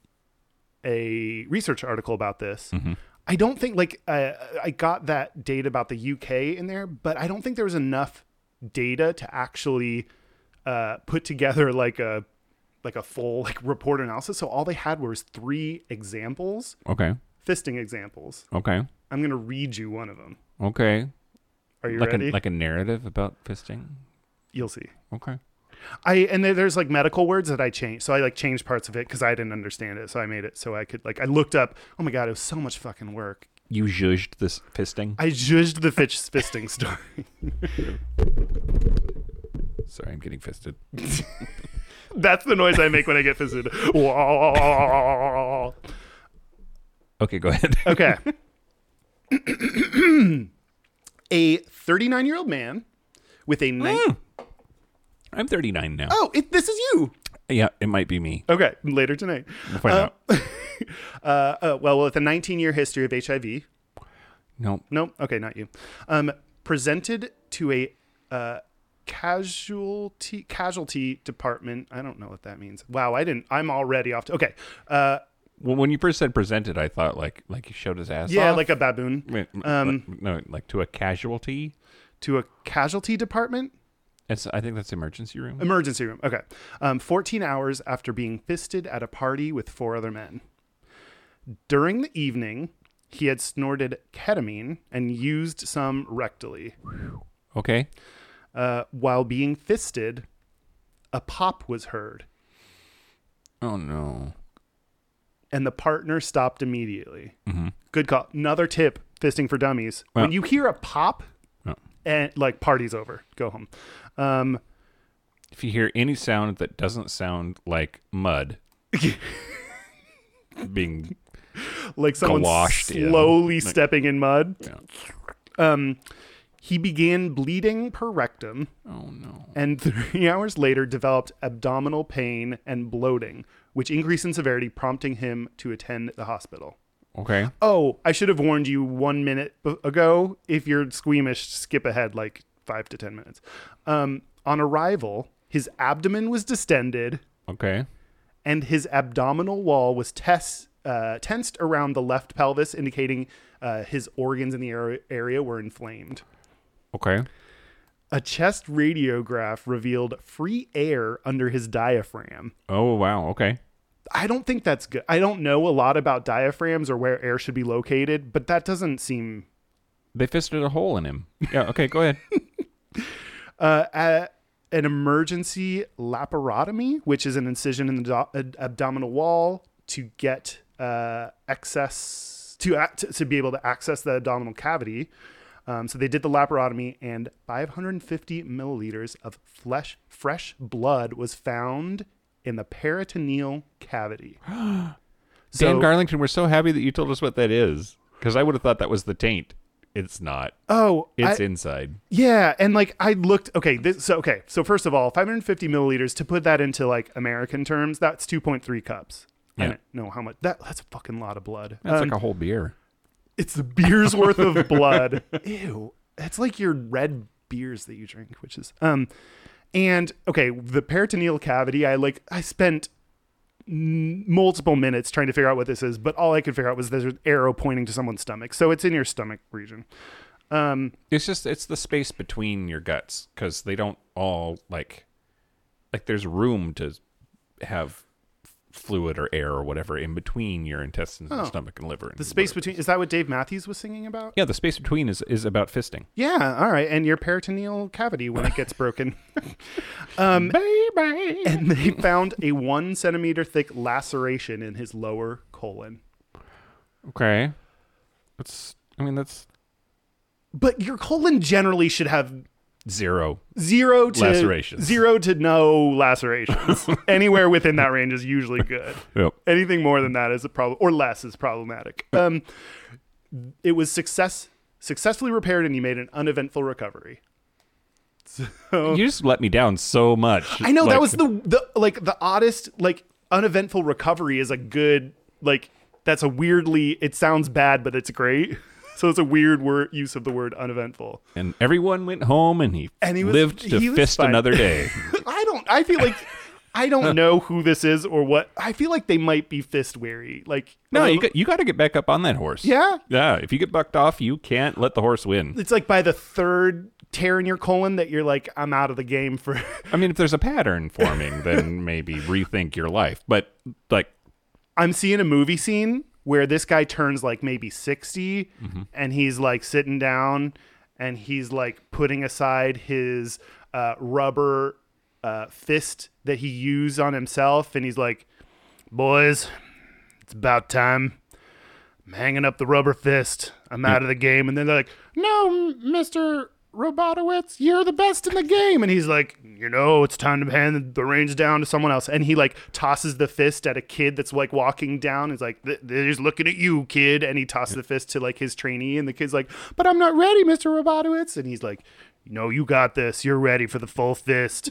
a research article about this,
Mm-hmm.
I don't think like uh, I got that data about the UK in there, but I don't think there was enough data to actually uh, put together like a like a full like report analysis. So all they had was three examples,
Okay.
fisting examples.
Okay.
I'm gonna read you one of them.
Okay.
Are you
Like
ready?
a like a narrative about fisting.
You'll see.
Okay.
I and there, there's like medical words that I changed, so I like changed parts of it because I didn't understand it. So I made it so I could like I looked up. Oh my god, it was so much fucking work.
You zhuzhed this fisting.
I judged the fish [laughs] fisting story.
Sorry, I'm getting fisted.
That's the noise I make when I get fisted. Wah.
Okay, go
[laughs]
ahead.
[laughs] Okay. a 39 year old man with a nine
Mm.
oh
I'm 39 now.
Oh, it, this is you.
Yeah, it might be me.
Okay, later tonight.
We'll find out.
[laughs] Uh, uh, well, with a 19 year history of HIV,
Nope.
No, okay, not you. Um, presented to a uh, casualty casualty department. I don't know what that means. Wow, I didn't. I'm already off. To, okay, uh,
Well, when you first said presented, I thought like like he showed his ass.
yeah,
off.
like a baboon
Wait, m-
um,
like- no, like to a casualty.
to a casualty department
It's, I think that's emergency room.
emergency room. Okay, um, 14 hours after being fisted at a party with four other men. During the evening, he had snorted ketamine and used some rectally.
Okay.
Uh, while being fisted, a pop was heard.
Oh no.
and the partner stopped immediately. Good call. Another tip: fisting for dummies.
Wow.
When you hear a pop,
Oh.
and like party's over, go home. Um,
If you hear any sound that doesn't sound like mud
[laughs]
being
like someone
Galoshed in.
slowly stepping in mud. Um, he began bleeding per rectum,
oh no.
and three [laughs] hours later developed abdominal pain and bloating, which increased in severity, prompting him to attend the hospital.
Okay.
Oh, I should have warned you one minute b- ago. If you're squeamish, skip ahead like five to 10 minutes. Um, on arrival, his abdomen was distended
Okay.
and his abdominal wall was tes- uh, tensed around the left pelvis, indicating uh, his organs in the ar- area were inflamed.
Okay.
A chest radiograph revealed free air under his diaphragm.
Oh wow. Okay.
I don't think that's good. I don't know a lot about diaphragms or where air should be located, but that doesn't seem
They fisted a hole in him. Yeah. Okay. Go ahead.
uh, a- an emergency laparotomy, which is an incision in the do- ad- abdominal wall to get uh, excess to, act, to be able to access the abdominal cavity. Um, so they did the laparotomy, and 550 milliliters of flesh, fresh blood was found in the peritoneal cavity. [laughs] so,
Dan Garlington, we're so happy that you told us what that is because I would have thought that was the taint. It's not.
oh,
It's
I-
inside.
Yeah, and like I looked. Okay, this so okay. So first of all, 550 milliliters. To put that into like American terms, that's 2.3 cups. I
Yeah.
don't know how much that. That's a fucking lot of blood.
That's
Um,
like a whole beer.
it's a beer's worth of blood. Ew. It's like your red beers that you drink, which is um and okay, the peritoneal cavity, I like I spent n- multiple minutes trying to figure out what this is, but all I could figure out was there's an arrow pointing to someone's stomach. So it's in your stomach region.
It's just it's the space between your guts because they don't all like like there's room to have fluid or air or whatever in between your intestines and stomach and liver. And
Oh. The space
whatever.
between is that what Dave Matthews was singing about?
Yeah, the space between is is about fisting.
Yeah, all right. And your peritoneal cavity when it gets broken. [laughs] um,
Baby.
and they found a one centimeter thick laceration in his lower colon.
Okay. That's I mean that's
But your colon generally should have
zero.
zero to
Lacerations.
zero to no lacerations. Anywhere within that range is usually good.
[laughs] Yep.
Anything more than that is a problem, or less is problematic. Um, it was success successfully repaired, and he made an uneventful recovery.
You just let me down so much.
I know that
Like,
was the the like the oddest like uneventful recovery is a good like that's a weirdly it sounds bad but it's great. [laughs] So it's a weird word use of the word uneventful.
and everyone went home and he,
And he was-
lived to
he was
fist
fine.
another
[laughs]
day.
I don't I feel like I don't know who this is or what. I feel like they might be fist weary. Like
No,
um,
you got, you got to get back up on that horse.
Yeah?
Yeah, if you get bucked off, you can't let the horse win.
it's like by the third tear in your colon that you're like I'm out of the game for
I mean, if there's a pattern forming,
[laughs]
then maybe rethink your life. But like
I'm seeing a movie scene where this guy turns like maybe 60 and he's like sitting down and he's like putting aside his uh, rubber uh, fist that he used on himself and he's like, Boys, it's about time. I'm hanging up the rubber fist. I'm out of the game. And then they're like,
No, m- Mr. Robotowitz, you're the best in the game.
game and he's like you know it's time to hand the reins down to someone else and he like tosses the fist at a kid that's like walking down he's like "Th- they're just looking at you kid and he tosses the fist to like his trainee and the kid's like but i'm not ready mr robotowitz and he's like no you got this you're ready for the full fist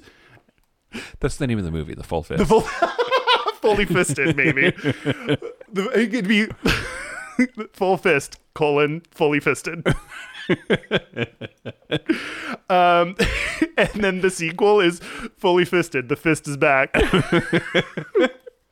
that's the name of the movie, The Full Fist.
fully fisted [laughs] maybe The- it could be [laughs] full fist colon fully fisted um [laughs] and then the sequel is fully fisted the fist is back [laughs]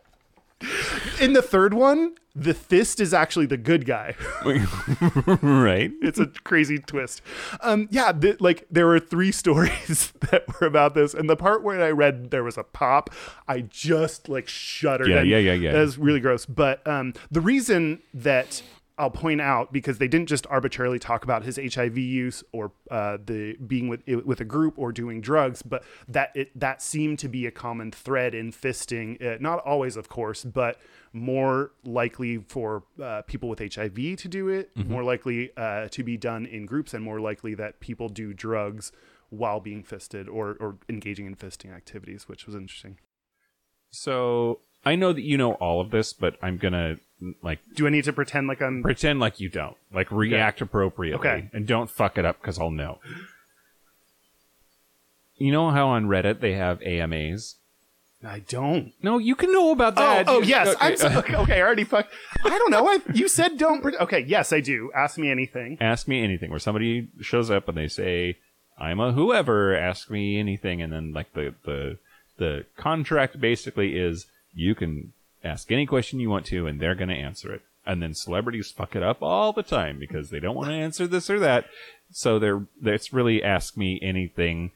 in the third one the fist is actually the good guy
[laughs]
[laughs]
right?
it's a crazy twist. Um, yeah, th- like there were three [laughs] stories that were about this, and the part where I read there was a pop, I just like shuddered.
Yeah,
and
yeah, yeah, yeah.
That was really gross. But um, the reason that I'll point out because they didn't just arbitrarily talk about his HIV use or uh, the being with with a group or doing drugs, but that it that seemed to be a common thread in fisting. Uh, not always, of course, but more likely for uh, people with HIV to do it, more likely uh, to be done in groups, and more likely that people do drugs while being fisted or or engaging in fisting activities, which was interesting.
So I know that you know all of this, but I'm gonna like
Do I need to pretend like I'm?
pretend like you don't. Like react appropriately.
Okay.
And don't fuck it up because I'll know. You know how on Reddit they have AMAs?
I don't.
No, you can know about
Oh,
that.
oh
You-
yes.
okay,
I'm so,
uh,
okay, okay, I already fucked. I don't know. I, you said don't. Pre- okay, yes, I do. Ask me anything.
ask me anything where somebody shows up and they say i'm a whoever ask me anything and then like the the the contract basically is you can ask any question you want to and they're going to answer it and then celebrities fuck it up all the time because they don't want to answer this or that so they're it's really ask me anything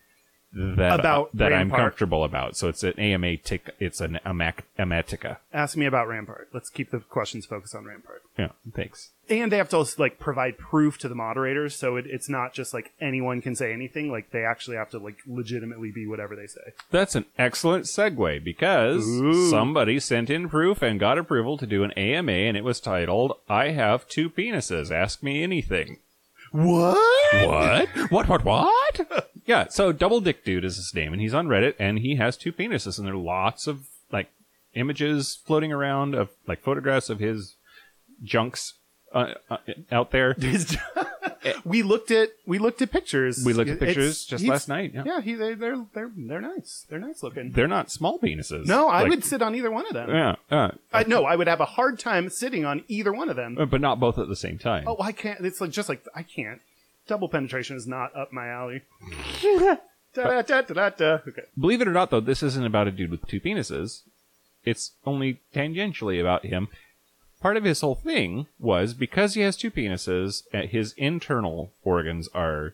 that
About
that I'm
Rampart.
comfortable about. So it's an AMA tick. It's an amac amatica.
Ask me about Rampart. Let's keep the questions focused on Rampart.
Yeah, thanks.
And they have to also, like provide proof to the moderators, so it, it's not just like anyone can say anything. Like they actually have to like legitimately be whatever they say.
That's an excellent segue because
Ooh.
somebody sent in proof and got approval to do an AMA, and it was titled "I Have Two Penises. Ask Me Anything."
[laughs] What?
What? what? What? What? [laughs] yeah. So Double Dick Dude is his name, and he's on Reddit, and he has two penises, and there are lots of like images floating around of like photographs of his junks uh, uh, out there.
we looked at we looked at pictures.
We looked at
It's-
pictures just
he's-
last night, yeah.
Yeah, he, they, they're they're they're nice. They're nice
[laughs]
looking.
They're not small penises.
no, I
Like,
would sit on either one of them.
Yeah, uh,
I, no, I would have a hard time sitting on either one of them.
but not both at the same time.
Oh, I can't. It's like just like I can't. Double penetration is not up my alley. da, da, da, da, da. Okay.
Believe it or not, though, this isn't about a dude with two penises. It's only tangentially about him. Part of his whole thing was because he has two penises, uh, his internal organs are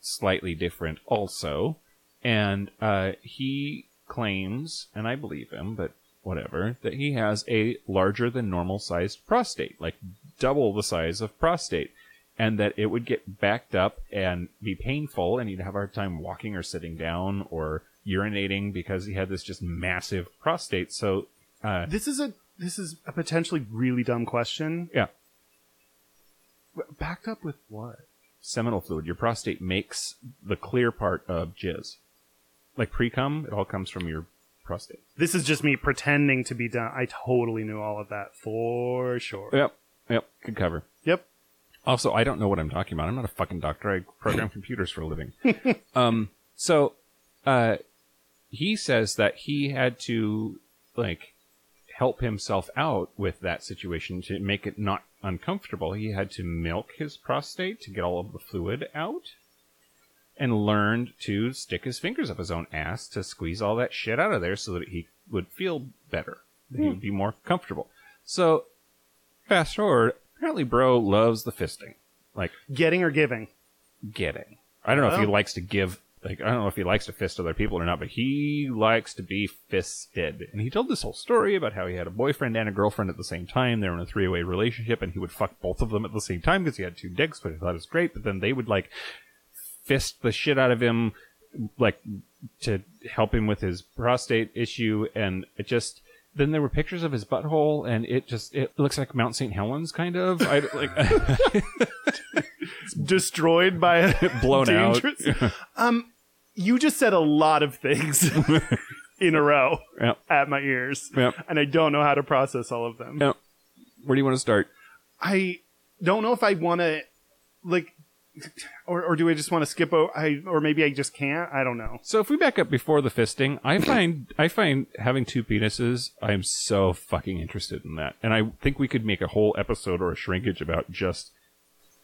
slightly different, also. And uh, he claims, and I believe him, but whatever, that he has a larger than normal sized prostate, like double the size of prostate, and that it would get backed up and be painful, and he'd have a hard time walking or sitting down or urinating because he had this just massive prostate. So, uh,
This is a this is a potentially really dumb question.
yeah,
Backed up with what?
seminal fluid. Your prostate makes the clear part of jizz. Like pre cum, it all comes from your prostate.
This is just me pretending to be dumb. I totally knew all of that for sure.
Yep, yep, good cover.
Yep.
Also, I don't know what I'm talking about. I'm not a fucking doctor. I program computers for a living. um, so, uh, he says that he had to like help himself out with that situation to make it not uncomfortable. He had to milk his prostate to get all of the fluid out, and learned to stick his fingers up his own ass to squeeze all that shit out of there so that he would feel better. That He would be more comfortable. So, fast forward. Apparently, bro loves the fisting. Like
Getting or giving.
getting. I don't know if he
Oh.
likes to give. Like I don't know if he likes to fist other people or not, but he likes to be fisted. And he told this whole story about how he had a boyfriend and a girlfriend at the same time. They were in a three-way relationship, and he would fuck both of them at the same time because he had two dicks. But he thought it was great. But then they would like fist the shit out of him, like to help him with his prostate issue, and it just. Then there were pictures of his butthole, and it just it looks like Mount St. Helens, kind of. I like [laughs]
Destroyed by [laughs] a
Blown out.
dangerous- um, you just said a lot of things in a row
Yep.
at my ears,
Yep.
and I don't know how to process all of them.
Yep. where do you want to start?
I don't know if I want to like or, or do I just want to skip over I or maybe I just can't I don't know
So if we back up before the fisting, I find I find having two penises, I am so fucking interested in that, and I think we could make a whole episode or a shrinkage about just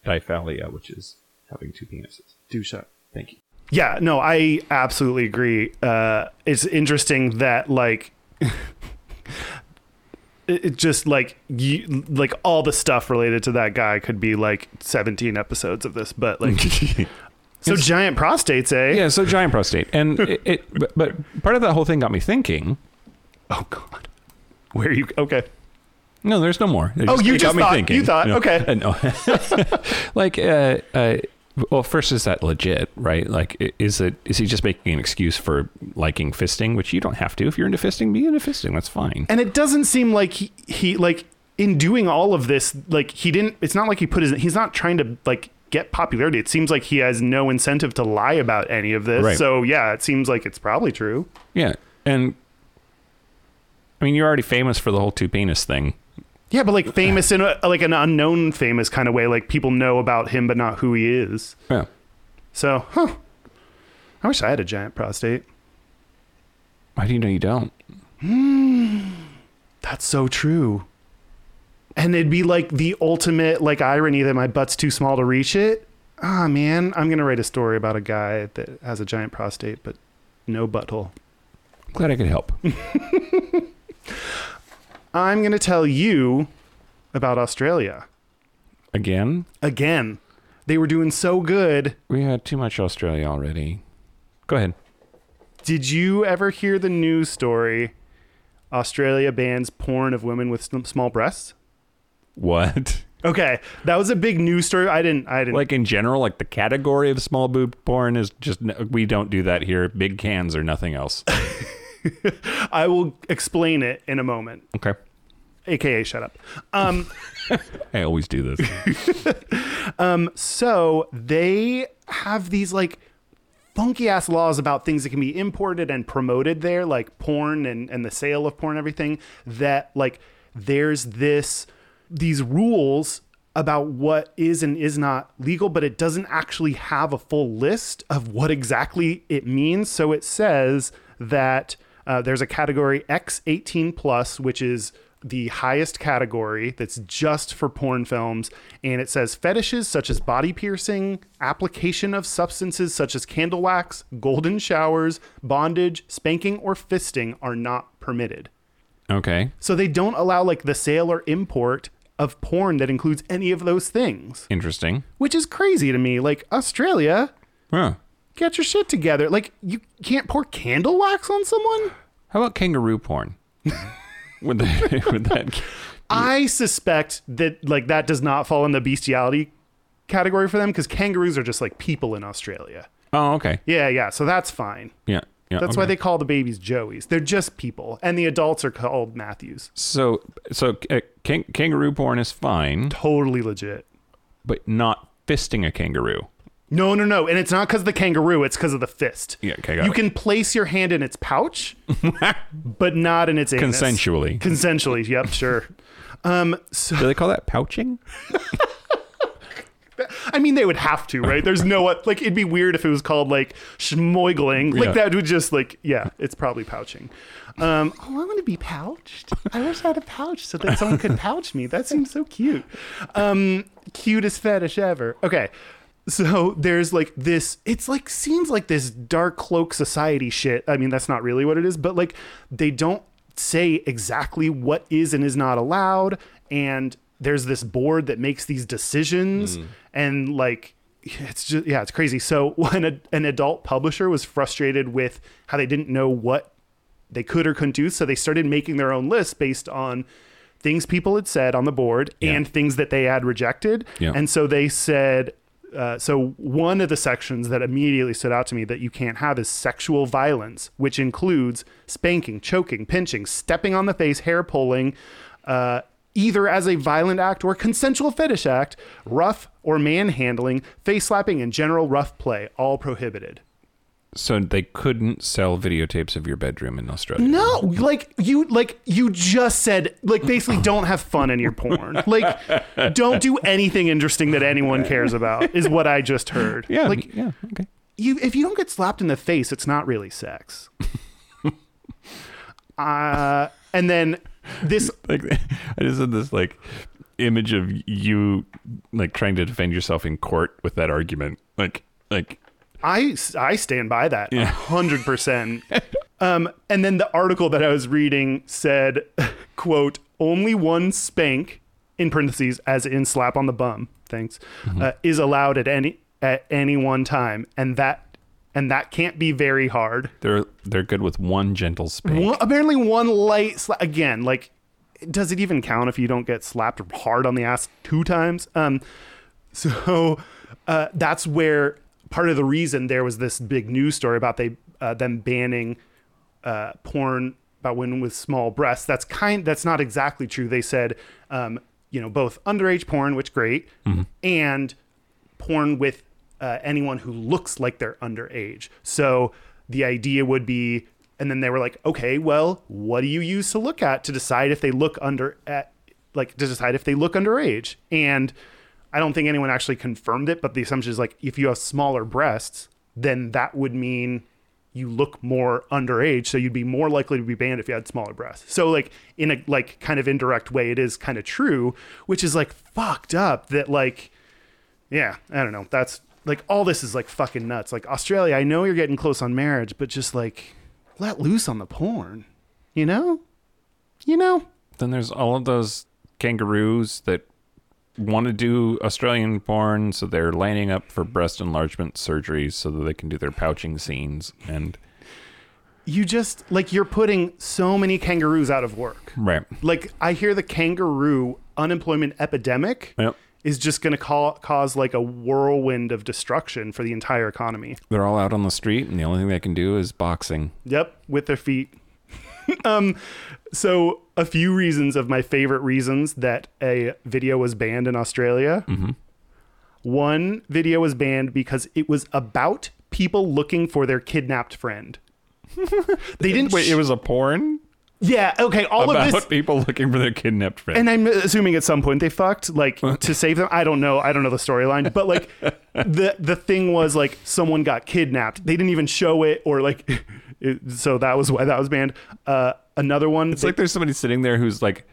diphalia, which is having two penises.
do shut
Thank you.
yeah no I absolutely agree uh it's interesting that like [laughs] it it just like you like all the stuff related to that guy could be like 17 episodes of this but like so giant prostates eh
Yeah, so giant prostate, and [laughs] it, it but, but part of that whole thing got me thinking.
oh god where are you okay
No, there's no more. It
Oh, you
it
just
got me
thought-
thinking.
you thought,
No,
okay.
uh, [laughs] no. like, uh, uh, well, first is that legit, right? Like, i- is it is he just making an excuse for liking fisting, which you don't have to if you're into fisting, be into fisting. That's fine.
and it doesn't seem like he, he like in doing all of this like he didn't it's not like he put his he's not trying to like get popularity it seems like he has no incentive to lie about any of this
Right.
so yeah it seems like it's probably true
Yeah, and I mean, you're already famous for the whole two penis thing.
yeah but like famous in a, like an unknown famous kind of way like people know about him but not who he is
Yeah.
so huh i wish i had a giant prostate
How do you know you don't?
that's so true and it'd be like the ultimate like irony that my butt's too small to reach it ah man i'm gonna write a story about a guy that has a giant prostate but no butthole
Glad I could
[laughs]
help.
i'm gonna tell you about australia
Again,
again they were doing so good
we had too much Australia already. Go ahead.
Did you ever hear the news story? Australia bans porn of women with sm- small breasts.
What?
Okay, that was a big news story. I didn't. I didn't.
Like in general, like the category of small boob porn is just we don't do that here. Big cans or nothing else.
I will explain it in a moment.
Okay.
AKA, shut up.
I always do this.
So they have these like funky ass laws about things that can be imported and promoted there, like porn and, and the sale of porn and everything, that like there's this these rules about what is and is not legal, but it doesn't actually have a full list of what exactly it means. So it says that uh, there's a category X18 plus, which is the highest category that's just for porn films. And it says fetishes such as body piercing, application of substances such as candle wax, golden showers, bondage, spanking, or fisting are not permitted.
Okay.
So they don't allow like the sale or import of porn that includes any of those things,
Interesting.
which is crazy to me. Like Australia,
Huh.
get your shit together. Like you can't pour candle wax on someone?
How about kangaroo porn? [laughs] would, that, [laughs] would that
I suspect that like that does not fall in the bestiality category for them because kangaroos are just like people in Australia.
Oh, okay.
Yeah, yeah. So that's fine.
Yeah. yeah
That's why
okay.
they call the babies Joeys. They're just people, and the adults are called Matthews.
So so uh, kang- kangaroo porn is fine,
Totally legit.
but not fisting a
[laughs]
kangaroo.
No, no, no. And it's not because of the kangaroo, it's because of the fist.
Yeah, okay, got
You
it.
can place your hand in its
[laughs]
pouch, but not in its anus.
Consensually.
Consensually, yep, sure.
Do they call that pouching?
I mean, they would have to, right? There's no like it'd be weird if it was called like schmoigling. Like
Yeah.
that would just like yeah, it's probably pouching. Um, [laughs] oh, I want to be pouched. I wish I had a pouch so that someone could pouch me. That seems so cute. Um, cutest fetish ever. Okay. So there's like this it's like seems like this dark cloak society shit. I mean, that's not really what it is, but like they don't say exactly what is and is not allowed and there's this board that makes these decisions and like it's just yeah it's crazy so [laughs] when a, an adult publisher was frustrated with how they didn't know what they could or couldn't do so they started making their own list based on things people had said on the board and things that they had rejected
Yeah.
and so they said uh, so one of the sections that immediately stood out to me that you can't have is sexual violence which includes spanking choking pinching stepping on the face hair pulling uh, either as a violent act or consensual fetish act rough or manhandling face slapping and general rough play all prohibited
So they couldn't sell videotapes of your bedroom in Australia.
No, like you like you just said like basically don't have fun in your porn. Like don't do anything interesting that anyone cares about is what I just heard.
Yeah.
Like
yeah. Okay.
you if you don't get slapped in the face, it's not really sex. uh and then this
Like [laughs] I just had this like image of you like trying to defend yourself in court with that argument. Like like
I, I stand by that a
Yeah.
100%. um, and then the article that I was reading said, [laughs] quote, only one spank, in parentheses, as in slap on the bum, thanks, uh, is allowed at any at any one time. And that and that can't be very hard.
they're they're good with one gentle spank.
One, apparently one light sla- again like does it even count if you don't get slapped hard on the ass two times um [laughs] so uh that's where part of the reason there was this big news story about they uh, them banning uh porn about women with small breasts that's kind that's not exactly true they said um you know both underage porn which great and porn with uh, anyone who looks like they're underage. So the idea would be, and then they were like, okay, well, what do you use to look at to decide if they look under at, like to decide if they look underage? And I don't think anyone actually confirmed it, but the assumption is like if you have smaller breasts, then that would mean you look more underage, so you'd be more likely to be banned if you had smaller breasts. So like in a like kind of indirect way, it is kind of true, which is like fucked up that like yeah, I don't know. That's like all this is like fucking nuts. Like Australia, I know you're getting close on marriage, but just like let loose on the porn. You know? You know?
Then there's all of those kangaroos that want to do Australian porn, so they're lining up for breast enlargement surgeries so that they can do their pouching scenes and
you just like you're putting so many kangaroos out of work.
Right.
Like I hear the kangaroo unemployment epidemic
Yep.
is just going to ca- cause like a whirlwind of destruction for the entire economy.
They're all out on the street, and the only thing they can do is boxing.
Yep, with their feet. [laughs] um, so a few reasons of my favorite reasons that a video was banned in Australia.
Mm-hmm.
One video was banned because it was about people looking for their kidnapped friend. [laughs] they didn't. sh-
was a porn
yeah. Okay. All of
about
this.
[laughs] people looking for their kidnapped friend.
and I'm assuming at some point they fucked, like to save them. I don't know. I don't know the storyline, but
[laughs]
like the the thing was like someone got kidnapped. They didn't even show it, or like [laughs] it, so that was why that was banned. Uh, another one,
It's like there's somebody sitting there who's like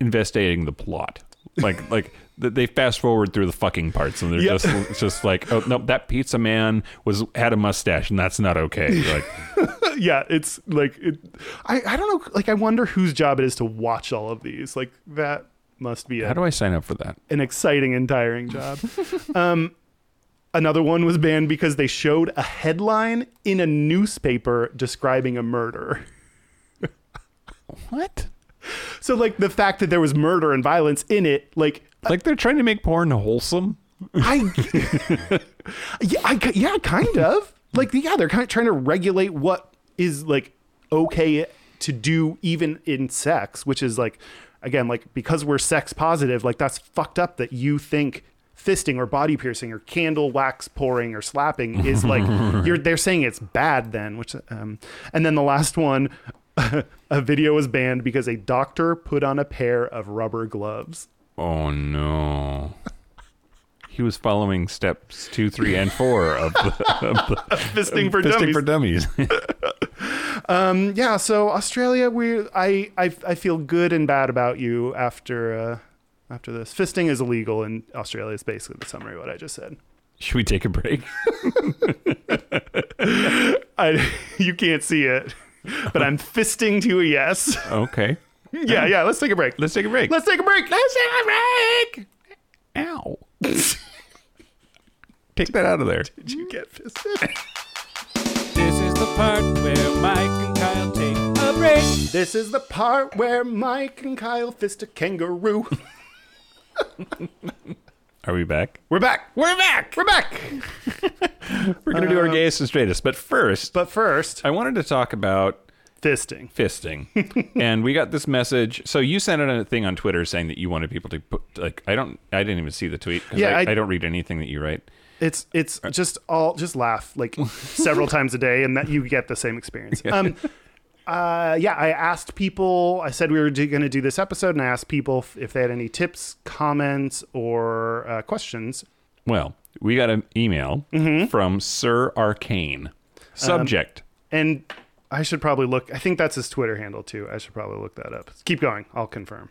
investigating the plot. [laughs] Like like th- they fast forward through the fucking parts and they're
Yeah.
just it's just like oh no that pizza man was had a mustache and that's not okay. [laughs] Like
[laughs] yeah, it's like it, I I don't know. Like I wonder whose job it is to watch all of these. Like that must be
how
a,
do I sign up for that?
an exciting and tiring
[laughs]
job. um, another one was banned because they showed a headline in a newspaper describing a murder.
What?
So like the fact that there was murder and violence in it, like
Like they're trying to make porn wholesome.
I, yeah, I, ki- yeah, kind [laughs] of. Like yeah, they're kind of trying to regulate what is like okay to do even in sex, which is like again like because we're sex positive, like that's fucked up that you think fisting or body piercing or candle wax pouring or slapping is [laughs] like you're they're saying it's bad then which um and then the last one [laughs] a video was banned because a doctor put on a pair of rubber gloves [laughs]
Oh no. He was following steps two, three, and four of the,
fisting for
fisting
dummies
[laughs] for dummies. [laughs]
yeah so australia we I, I i feel good and bad about you after uh after this fisting is illegal in australia is basically the summary of what i just said
Should we take a break?
i [laughs] you can't see it but i'm fisting to a yes
[laughs]
[laughs]
Okay.
yeah yeah let's take a break
Let's take a break.
let's take a break
Let's have a break.
Ow. take that out of [laughs] there.
did you [laughs] get fisted
This is the part where Mike and Kyle take a break.
this is the part where mike and kyle fist a kangaroo
Are we back?
we're back we're back Uh, we're back
We're going to do our gayest and straightest, but first,
but first
I wanted to talk about
fisting [laughs]
fisting. and we got this message. So you sent out a thing on Twitter saying that you wanted people to put like I don't I didn't even see the tweet 'cause
Yeah,
I,
I-
I don't read anything that you write.
It's it's just all just laugh like several times a day, and that you get the same experience. Um, uh, yeah, I asked people. I said we were going to do this episode, and I asked people f- if they had any tips, comments, or uh, questions.
Well, we got an email
Mm-hmm.
from Sir Arcane.
Um,
Subject.
And I should probably look. I think that's his Twitter handle too. I should probably look that up. Keep going. I'll confirm.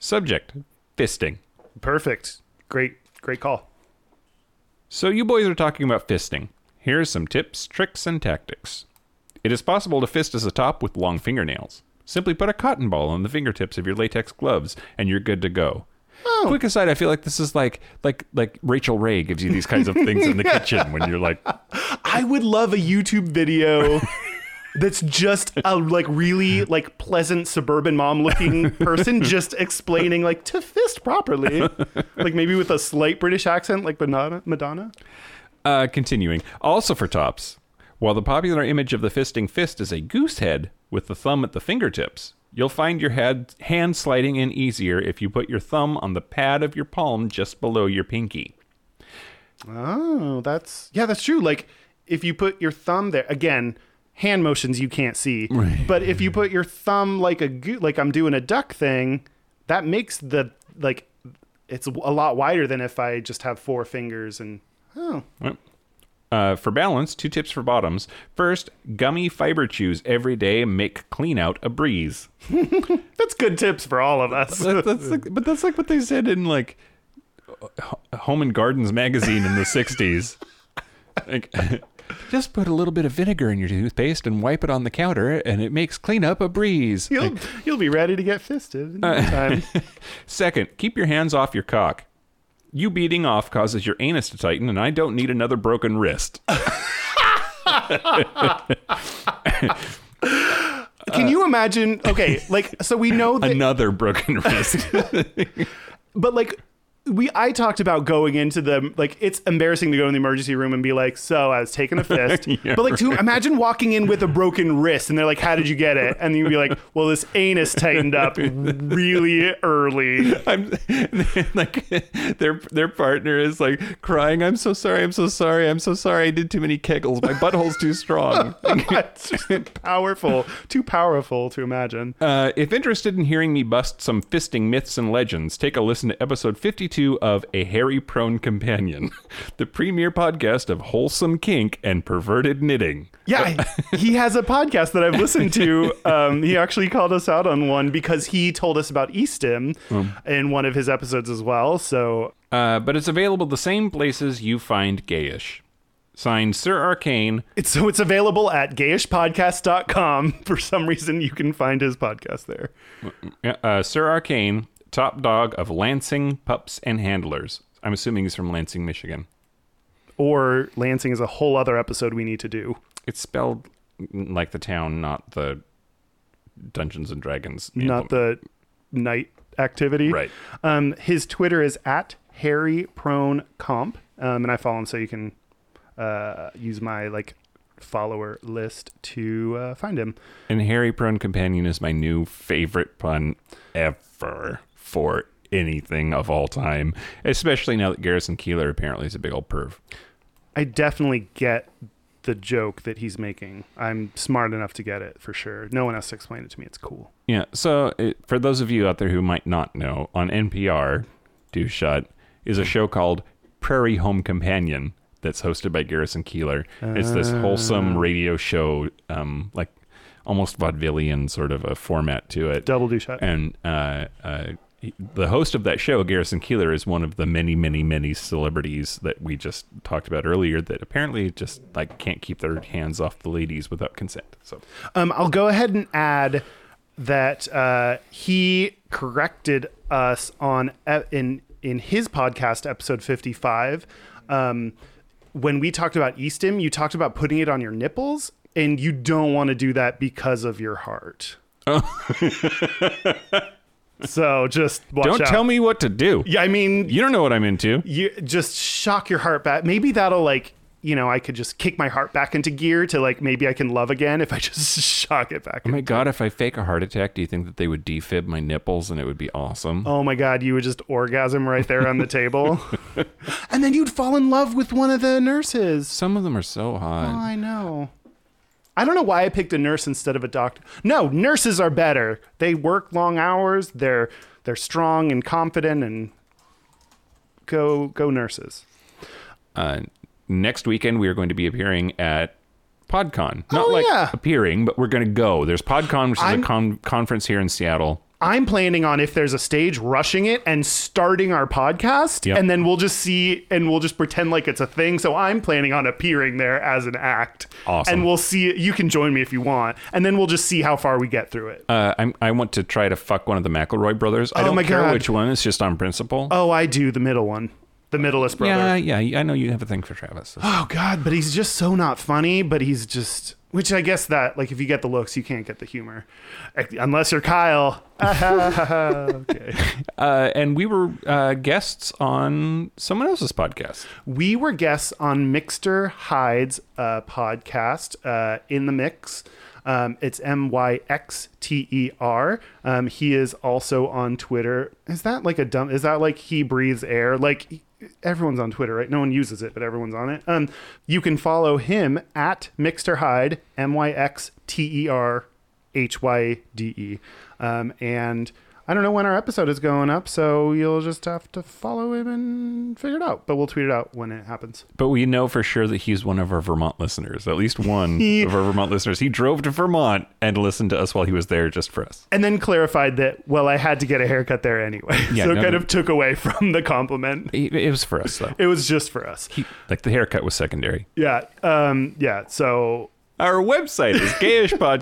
subject. Fisting.
Perfect. Great. Great call.
So, you boys are talking about fisting. Here are some tips, tricks, and tactics. It is possible to fist as a top with long fingernails. Simply put a cotton ball on the fingertips of your latex gloves, and you're good to go. Oh. Quick aside, I feel like this is like like like Rachel Ray gives you these kinds of things in the kitchen when you're like,
I would love a YouTube video that's just a like really like pleasant suburban mom looking person just explaining like to fist properly, like maybe with a slight British accent, like Madonna. Madonna.
Uh, continuing. Also for tops, while the popular image of the fisting fist is a goose head with the thumb at the fingertips, you'll find your head hand sliding in easier if you put your thumb on the pad of your palm just below your pinky.
Oh, that's yeah, that's true. Like if you put your thumb there again. Hand motions you can't see, but if you put your thumb like a goo like I'm doing a duck thing, that makes the like it's a lot wider than if I just have four fingers and oh
Uh, for balance, two tips for bottoms. First, gummy fiber chews every day make clean out a breeze.
That's good tips for all of
[laughs]
us.
That- that's like, but that's like what they said in like H- Home and Gardens magazine in the '60s. Like, [laughs] just put a little bit of vinegar in your toothpaste and wipe it on the counter, and it makes cleanup a breeze.
[laughs] You'll, you'll be ready to get fisted. In
Uh,
no time.
[laughs] Second, keep your hands off your cock. You beating off causes your anus [laughs] to tighten, and I don't need another broken wrist. uh,
Can you imagine? Okay, like so
[laughs]
we know that
Another broken wrist.
but like we I talked about going into the like it's embarrassing to go in the emergency room and be like, so I was
[laughs]
taking a fist.
Yeah,
but like to imagine walking in with a broken wrist and they're like, How did you get it? And you'd be like, Well, this anus tightened up really
[laughs]
early. [laughs]
I'm like their their partner is like crying. I'm so sorry. I'm so sorry. I'm so sorry. I did too many kegels. My butthole's too strong.
That's just powerful. Too powerful to imagine.
[laughs] Uh, if interested in hearing me bust some fisting myths and legends, take a listen to episode 52 of A Hairy Prone Companion, [laughs] the premier podcast of wholesome kink and perverted knitting.
Yeah, he has a podcast that I've listened to. Um, he actually called us out on one because he told us about Easton in one of his episodes as well. So
Uh, but it's available the same places you find gayish. Signed Sir Arcane,
It's so it's available at gayishpodcast.com. [laughs] For some reason, you can find his podcast there.
uh, Sir Arcane, top dog of Lansing Pups and Handlers. I'm assuming he's from Lansing, Michigan.
Or Lansing is a whole other episode we need to do.
It's spelled like the town, not the Dungeons and Dragons.
Not the night activity.
Right.
Um, his Twitter is at Harry Prone Comp, um, and I follow him, so you can uh, use my like follower list to uh, find him.
And Harry Prone Companion is my new favorite pun ever for anything of all time, especially now that Garrison Keeler apparently is a big old perv.
I definitely get the joke that he's making. I'm smart enough to get it for sure. No one has to explain it to me. It's cool.
Yeah. So, it, for those of you out there who might not know, on NPR, Do Shut is a show called Prairie Home Companion that's hosted by Garrison Keeler. it's this
Ah.
wholesome radio show, um, like almost vaudevillian sort of a format to it.
Double do shot.
And uh, uh, he- the host of that show, Garrison Keeler, is one of the many, many, many celebrities that we just talked about earlier that apparently just like can't keep their hands off the ladies without consent. So.
Um, I'll go ahead and add that uh, he corrected us on uh, in in his podcast episode fifty five. Um, when we talked about Eastim, you talked about putting it on your nipples, and you don't want to do that because of your heart.
Oh. [laughs]
so just watch
Don't
out.
tell me what to do.
Yeah, I mean,
You don't know what I'm into.
you just shock your heart back. Maybe that'll like you know I could just kick my heart back into gear to like maybe I can love again if I [laughs] just shock it back.
Oh my god, if I fake a heart attack, do you think that they would defib my nipples and it would be awesome?
Oh my god, you would just orgasm right there on the table. and then you'd fall in love with one of the nurses.
Some of them are so hot.
I know. I don't know why I picked a nurse instead of a doctor. No, nurses are better. They work long hours. They're they're strong and confident and go go nurses.
Uh, next weekend we are going to be appearing at PodCon. Not
Oh,
like
yeah.
appearing, but we're going to go. There's PodCon, which is
I'm-
a con- conference here in Seattle.
I'm planning on if there's a stage rushing it and starting our podcast
Yep.
and then we'll just see and we'll just pretend like it's a thing. So I'm planning on appearing there as an act.
Awesome.
And we'll see you can join me if you want and then we'll just see how far we get through it.
Uh, I'm, I want to try to fuck one of the McElroy brothers. I
Oh
don't
my
care
God.
which one. It's just on principle.
oh, I do the middle one. The middleest
yeah,
brother.
yeah. I know you have a thing for Travis. [gasps]
Oh god, but he's just so not funny, but he's just which I guess that like if you get the looks, you can't get the humor. Unless you're Kyle. okay.
Uh, and we were uh, guests on someone else's podcast.
we were guests on Mixter Hyde's uh, podcast, uh, In the Mix. Um, it's M Y X T E R. Um, he is also on Twitter. Is that like a dumb? Is that like he breathes air? Like he- everyone's on Twitter, right? No one uses it, but everyone's on it. Um, you can follow him at Mixter Hyde, M Y X T E R H Y D E. Um, and I don't know when our episode is going up, so you'll just have to follow him and figure it out. But we'll tweet it out when it happens.
But we know for sure that he's one of our Vermont listeners, at least one of our Vermont listeners. He drove to Vermont and listened to us while he was there just for us.
And then clarified that, well, I had to get a haircut there anyway. [laughs]
Yeah,
so it
no,
kind
no.
of took away from the compliment.
It, it was for us, though.
It was just for us.
He, like the haircut was secondary.
Yeah. Um, yeah. So
Our website is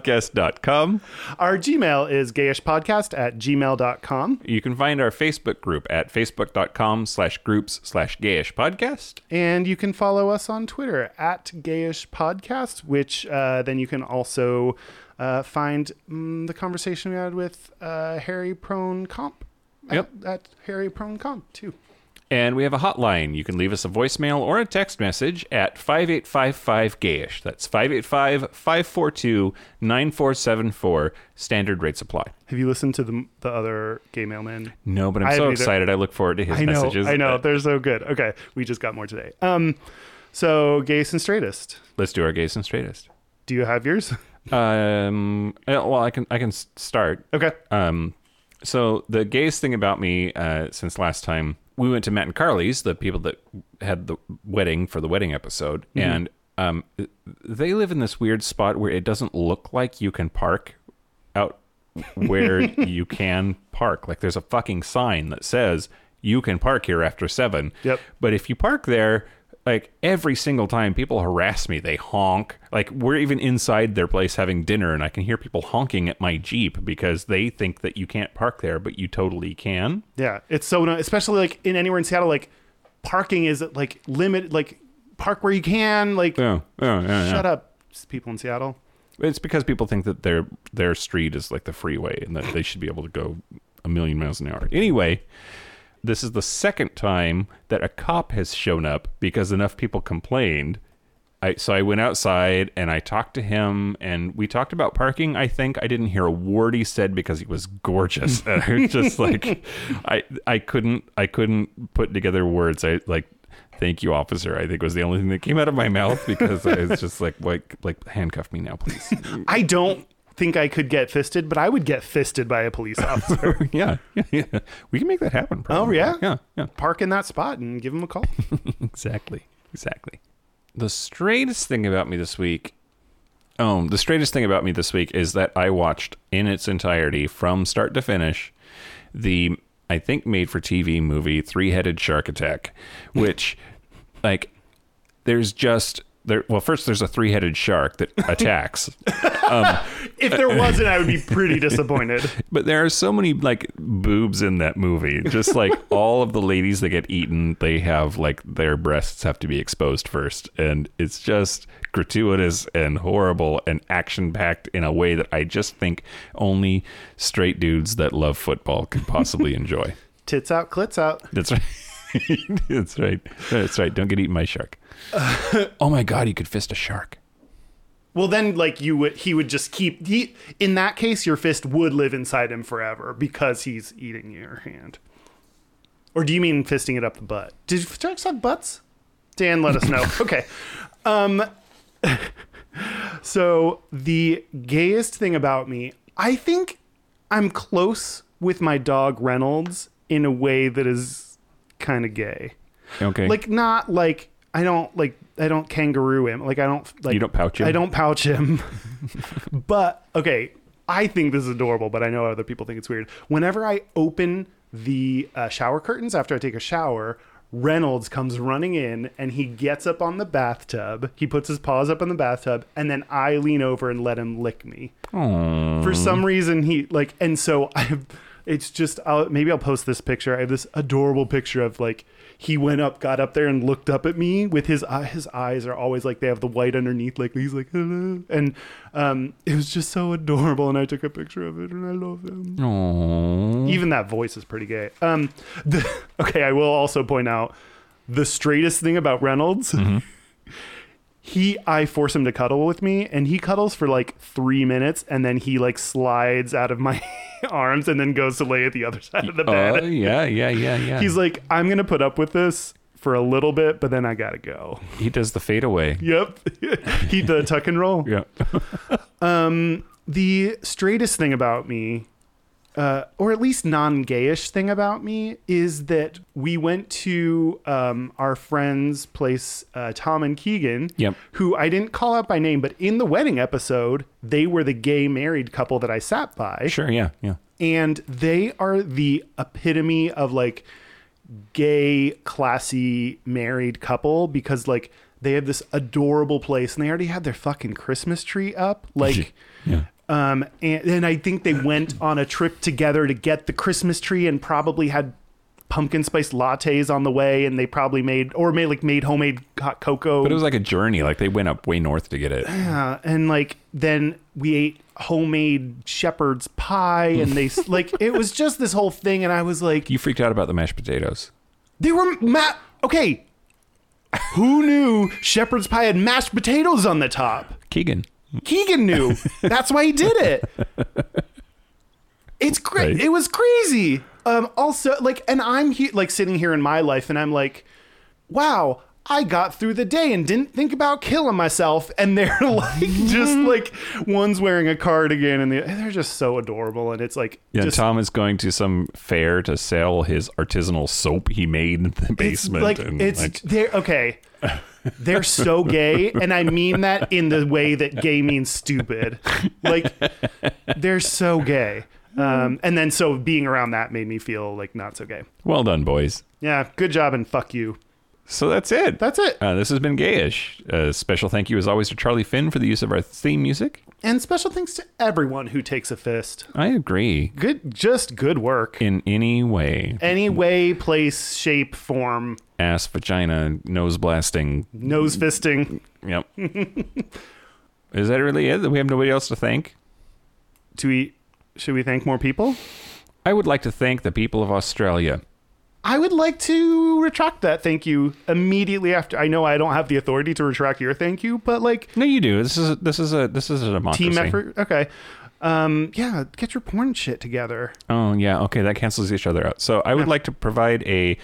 gayishpodcast.com.
Our Gmail is gayishpodcast at gmail.com.
You can find our Facebook group at facebook.com slash groups slash gayishpodcast.
And you can follow us on Twitter at Gayish Podcast, which uh, then you can also uh, find mm, the conversation we had with uh, Harry Prone Comp.
Yep.
At, at Harry Prone Comp, too.
And we have a hotline. You can leave us a voicemail or a text message at 5855-GAYISH. That's 585-542-9474, standard rate supply.
Have you listened to the, the other gay mailman?
No, but I'm
I
so
haven't either.
excited. I look forward to his
I know.
messages.
I know.
Uh,
They're so good. Okay. We just got more today. Um, So, gayest and straightest.
Let's do our gayest and straightest.
Do you have yours? [laughs]
Um, uh, well, I can I can s- start.
Okay.
Um, so the gayest thing about me uh, since last time we went to Matt and Carly's, the people that had the wedding for the wedding episode,
Mm-hmm.
and um, they live in this weird spot where it doesn't look like you can park out
[laughs]
where you can park. Like there's a fucking sign that says you can park here after seven.
Yep.
But if you park there, like every single time people harass me, they honk. Like we're even inside their place having dinner and I can hear people honking at my Jeep because they think that you can't park there, but you totally can.
Yeah, it's so annoying, especially like in anywhere in Seattle, like parking is like limited, like park where you can, like
Yeah. Yeah. yeah,
shut up, s- people in Seattle.
It's because people think that their their street is like the freeway and that they should be able to go a million miles an hour. Anyway, this is the second time that a cop has shown up because enough people complained. I, so I went outside and I talked to him and we talked about parking. I think I didn't hear a word he said because he was gorgeous. [laughs] And I was just like I I couldn't I couldn't put together words. I like thank you officer. I think was the only thing that came out of my mouth because I was just like like like handcuff me now please.
I don't think I could get fisted, but I would get fisted by a police [laughs] officer.
[laughs] yeah, yeah, yeah. We can make that happen.
oh
probably.
yeah,
Yeah, yeah.
Park in that spot and give them a call.
Exactly. Exactly. The straightest thing about me this week. Oh, the straightest thing about me this week is that I watched in its entirety from start to finish the I think made for TV movie Three Headed Shark
[laughs]
Attack, which like there's just there well first there's a three headed shark
[laughs]
that attacks
if there wasn't, I would be pretty disappointed.
But there are so many like boobs in that movie. Just
[laughs]
like all of the ladies that get eaten, they have like their breasts have to be exposed first, and it's just gratuitous and horrible and action packed in a way that I just think only straight dudes that love football could
[laughs]
possibly enjoy.
Tits out, clits out.
That's right. [laughs] That's right. That's right. Don't get eaten by a
[laughs]
shark. oh my god, you could fist a shark.
Well, then, like you would, he would just keep. He, in that case, your fist would live inside him forever because he's eating your hand. Or do you mean fisting it up the butt? Did sharks have butts? Dan, let us know. okay. Um. [laughs] so the gayest thing about me, I think, I'm close with my dog Reynolds in a way that is kind of gay.
Okay.
Like not like I don't like I don't kangaroo him. Like I don't like
You don't pouch him?
I don't pouch him. [laughs] but okay, I think this is adorable, but I know other people think it's weird. Whenever I open the uh, shower curtains after I take a shower, Reynolds comes running in and he gets up on the bathtub. He puts his paws up on the bathtub and then I lean over and let him lick me [laughs] for some reason he like and so [laughs] i have it's just I'll, maybe i'll post this picture i have this adorable picture of like he went up got up there and looked up at me with his eye his eyes are always like they have the white underneath like he's like hello and um it was just so adorable and i took a picture of it and i love him
Mm-hmm.
even that voice is pretty gay um the, [laughs] okay i will also point out the straightest thing about reynolds
Mm-hmm.
[laughs] he I force him to cuddle with me and he cuddles for like three minutes and then he like slides out of my [laughs] arms and then goes to lay at the other side of
Oh
the bed.
yeah, yeah, yeah, yeah.
He's like, I'm gonna put up with this for a little bit, but then I gotta go. [laughs]
he does the fadeaway.
Yep. [laughs] he the tuck and roll. [laughs]
Yeah.
The straightest thing about me, uh, or at least non gayish thing about me, is that we went to um, our friend's place, uh, Tom and Keegan,
Yep.
who I didn't call out by name, but in the wedding episode, they were the gay married couple that I sat by.
Sure. Yeah. Yeah.
And they are the epitome of like gay, classy married couple because like They have this adorable place, and they already had their fucking Christmas tree up. Like,
Yeah.
um, and, and I think they went on a trip together to get the Christmas tree, and probably had pumpkin spice lattes on the way, and they probably made or made like made homemade hot cocoa.
But it was like a journey. Like they went up way north to get it.
Uh, and like then we ate homemade shepherd's pie and they s- like it was just this whole thing and i was like
You freaked out about the mashed potatoes.
they were ma- okay who knew shepherd's pie had mashed potatoes on the top
Keegan.
keegan
[laughs]
knew that's why he did it it's great
Right.
it was crazy um also like and i'm he- like sitting here in my life and i'm like wow I got through the day and didn't think about killing myself. And they're [laughs] like, just like one's wearing a cardigan and the, and they're just so adorable. And it's like,
Yeah,
just,
Tom is going to some fair to sell his artisanal soap he made in the
it's
basement.
like,
and
it's,
like,
they're okay.
[laughs]
They're so gay. And I mean that in the way that gay means stupid. Like, they're so gay. Um, and then so being around that made me feel like not so gay.
well done, boys.
Yeah, good job and fuck you.
So that's it.
That's it.
Uh, this has been Gayish. A special thank you, as always, to Charlie Finn for the use of our theme music.
And special thanks to everyone who takes a fist.
I agree.
Good, just good work.
In any way,
any way, place, shape, form,
ass, vagina, nose blasting.
nose fisting. [laughs]
Yep. is that really it? That we have nobody else to thank?
Do we should we thank more people?
I would like to thank the people of Australia.
I would like to retract that thank you immediately after. I know I don't have the authority to retract your thank you, but like
No, you do. This is a, this is a this is a democracy.
team effort. Okay. Um, yeah, get your porn shit together.
Oh yeah, okay, that cancels each other out. So I would like to provide a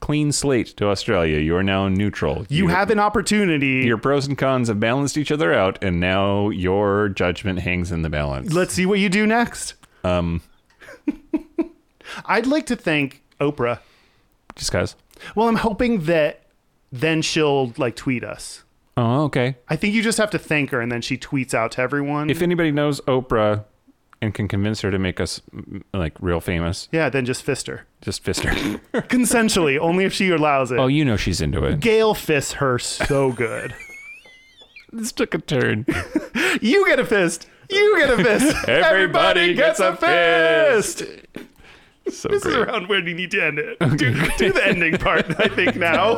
clean slate to Australia. You are now neutral.
You have an opportunity.
your pros and cons have balanced each other out, and now your judgment hangs in the balance.
Let's see what you do next.
um,
[laughs] I'd like to thank Oprah.
just guys.
Well, I'm hoping that then she'll like tweet us.
Oh, okay.
I think you just have to thank her and then she tweets out to everyone.
If anybody knows Oprah and can convince her to make us mm, like real famous,
yeah, then just fist her.
just fist [laughs] her.
Consensually, only if she allows it.
oh, you know she's into it.
Gail fists her so good.
This took a turn.
you get a fist. You get a
[laughs]
fist.
Everybody gets a fist.
fist.
[laughs] So
This is
great.
around where you need to end it. Do, do the ending part, I
[laughs]
think, now.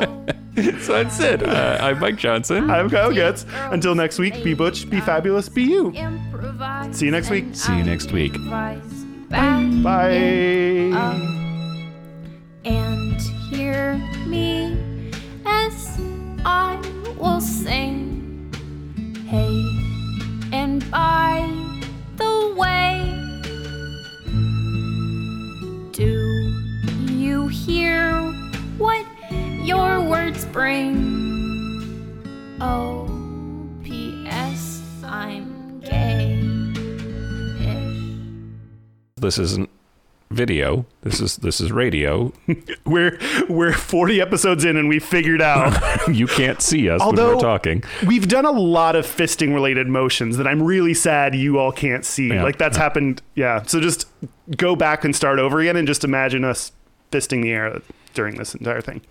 So that's it. Uh, I'm Mike Johnson.
I'm Kyle Getz. Until next week, be butch, be fabulous, be you.
Improvise.
See you next week.
and
See you next week.
improvise you back
Bye.
up and hear me as I will sing. Hey, and by the way, do you hear what your words bring? Oh, P.S. I'm gay ish.
This isn't video. This is this is radio. [laughs]
We're we're 40 episodes in and we
[laughs]
figured out.
you can't see us when
Although-
we're talking.
We've done a lot of fisting related motions that I'm really sad you all can't see.
Yeah.
Like that's happened. Yeah. So just go back and start over again and just imagine us fisting the air during this entire thing.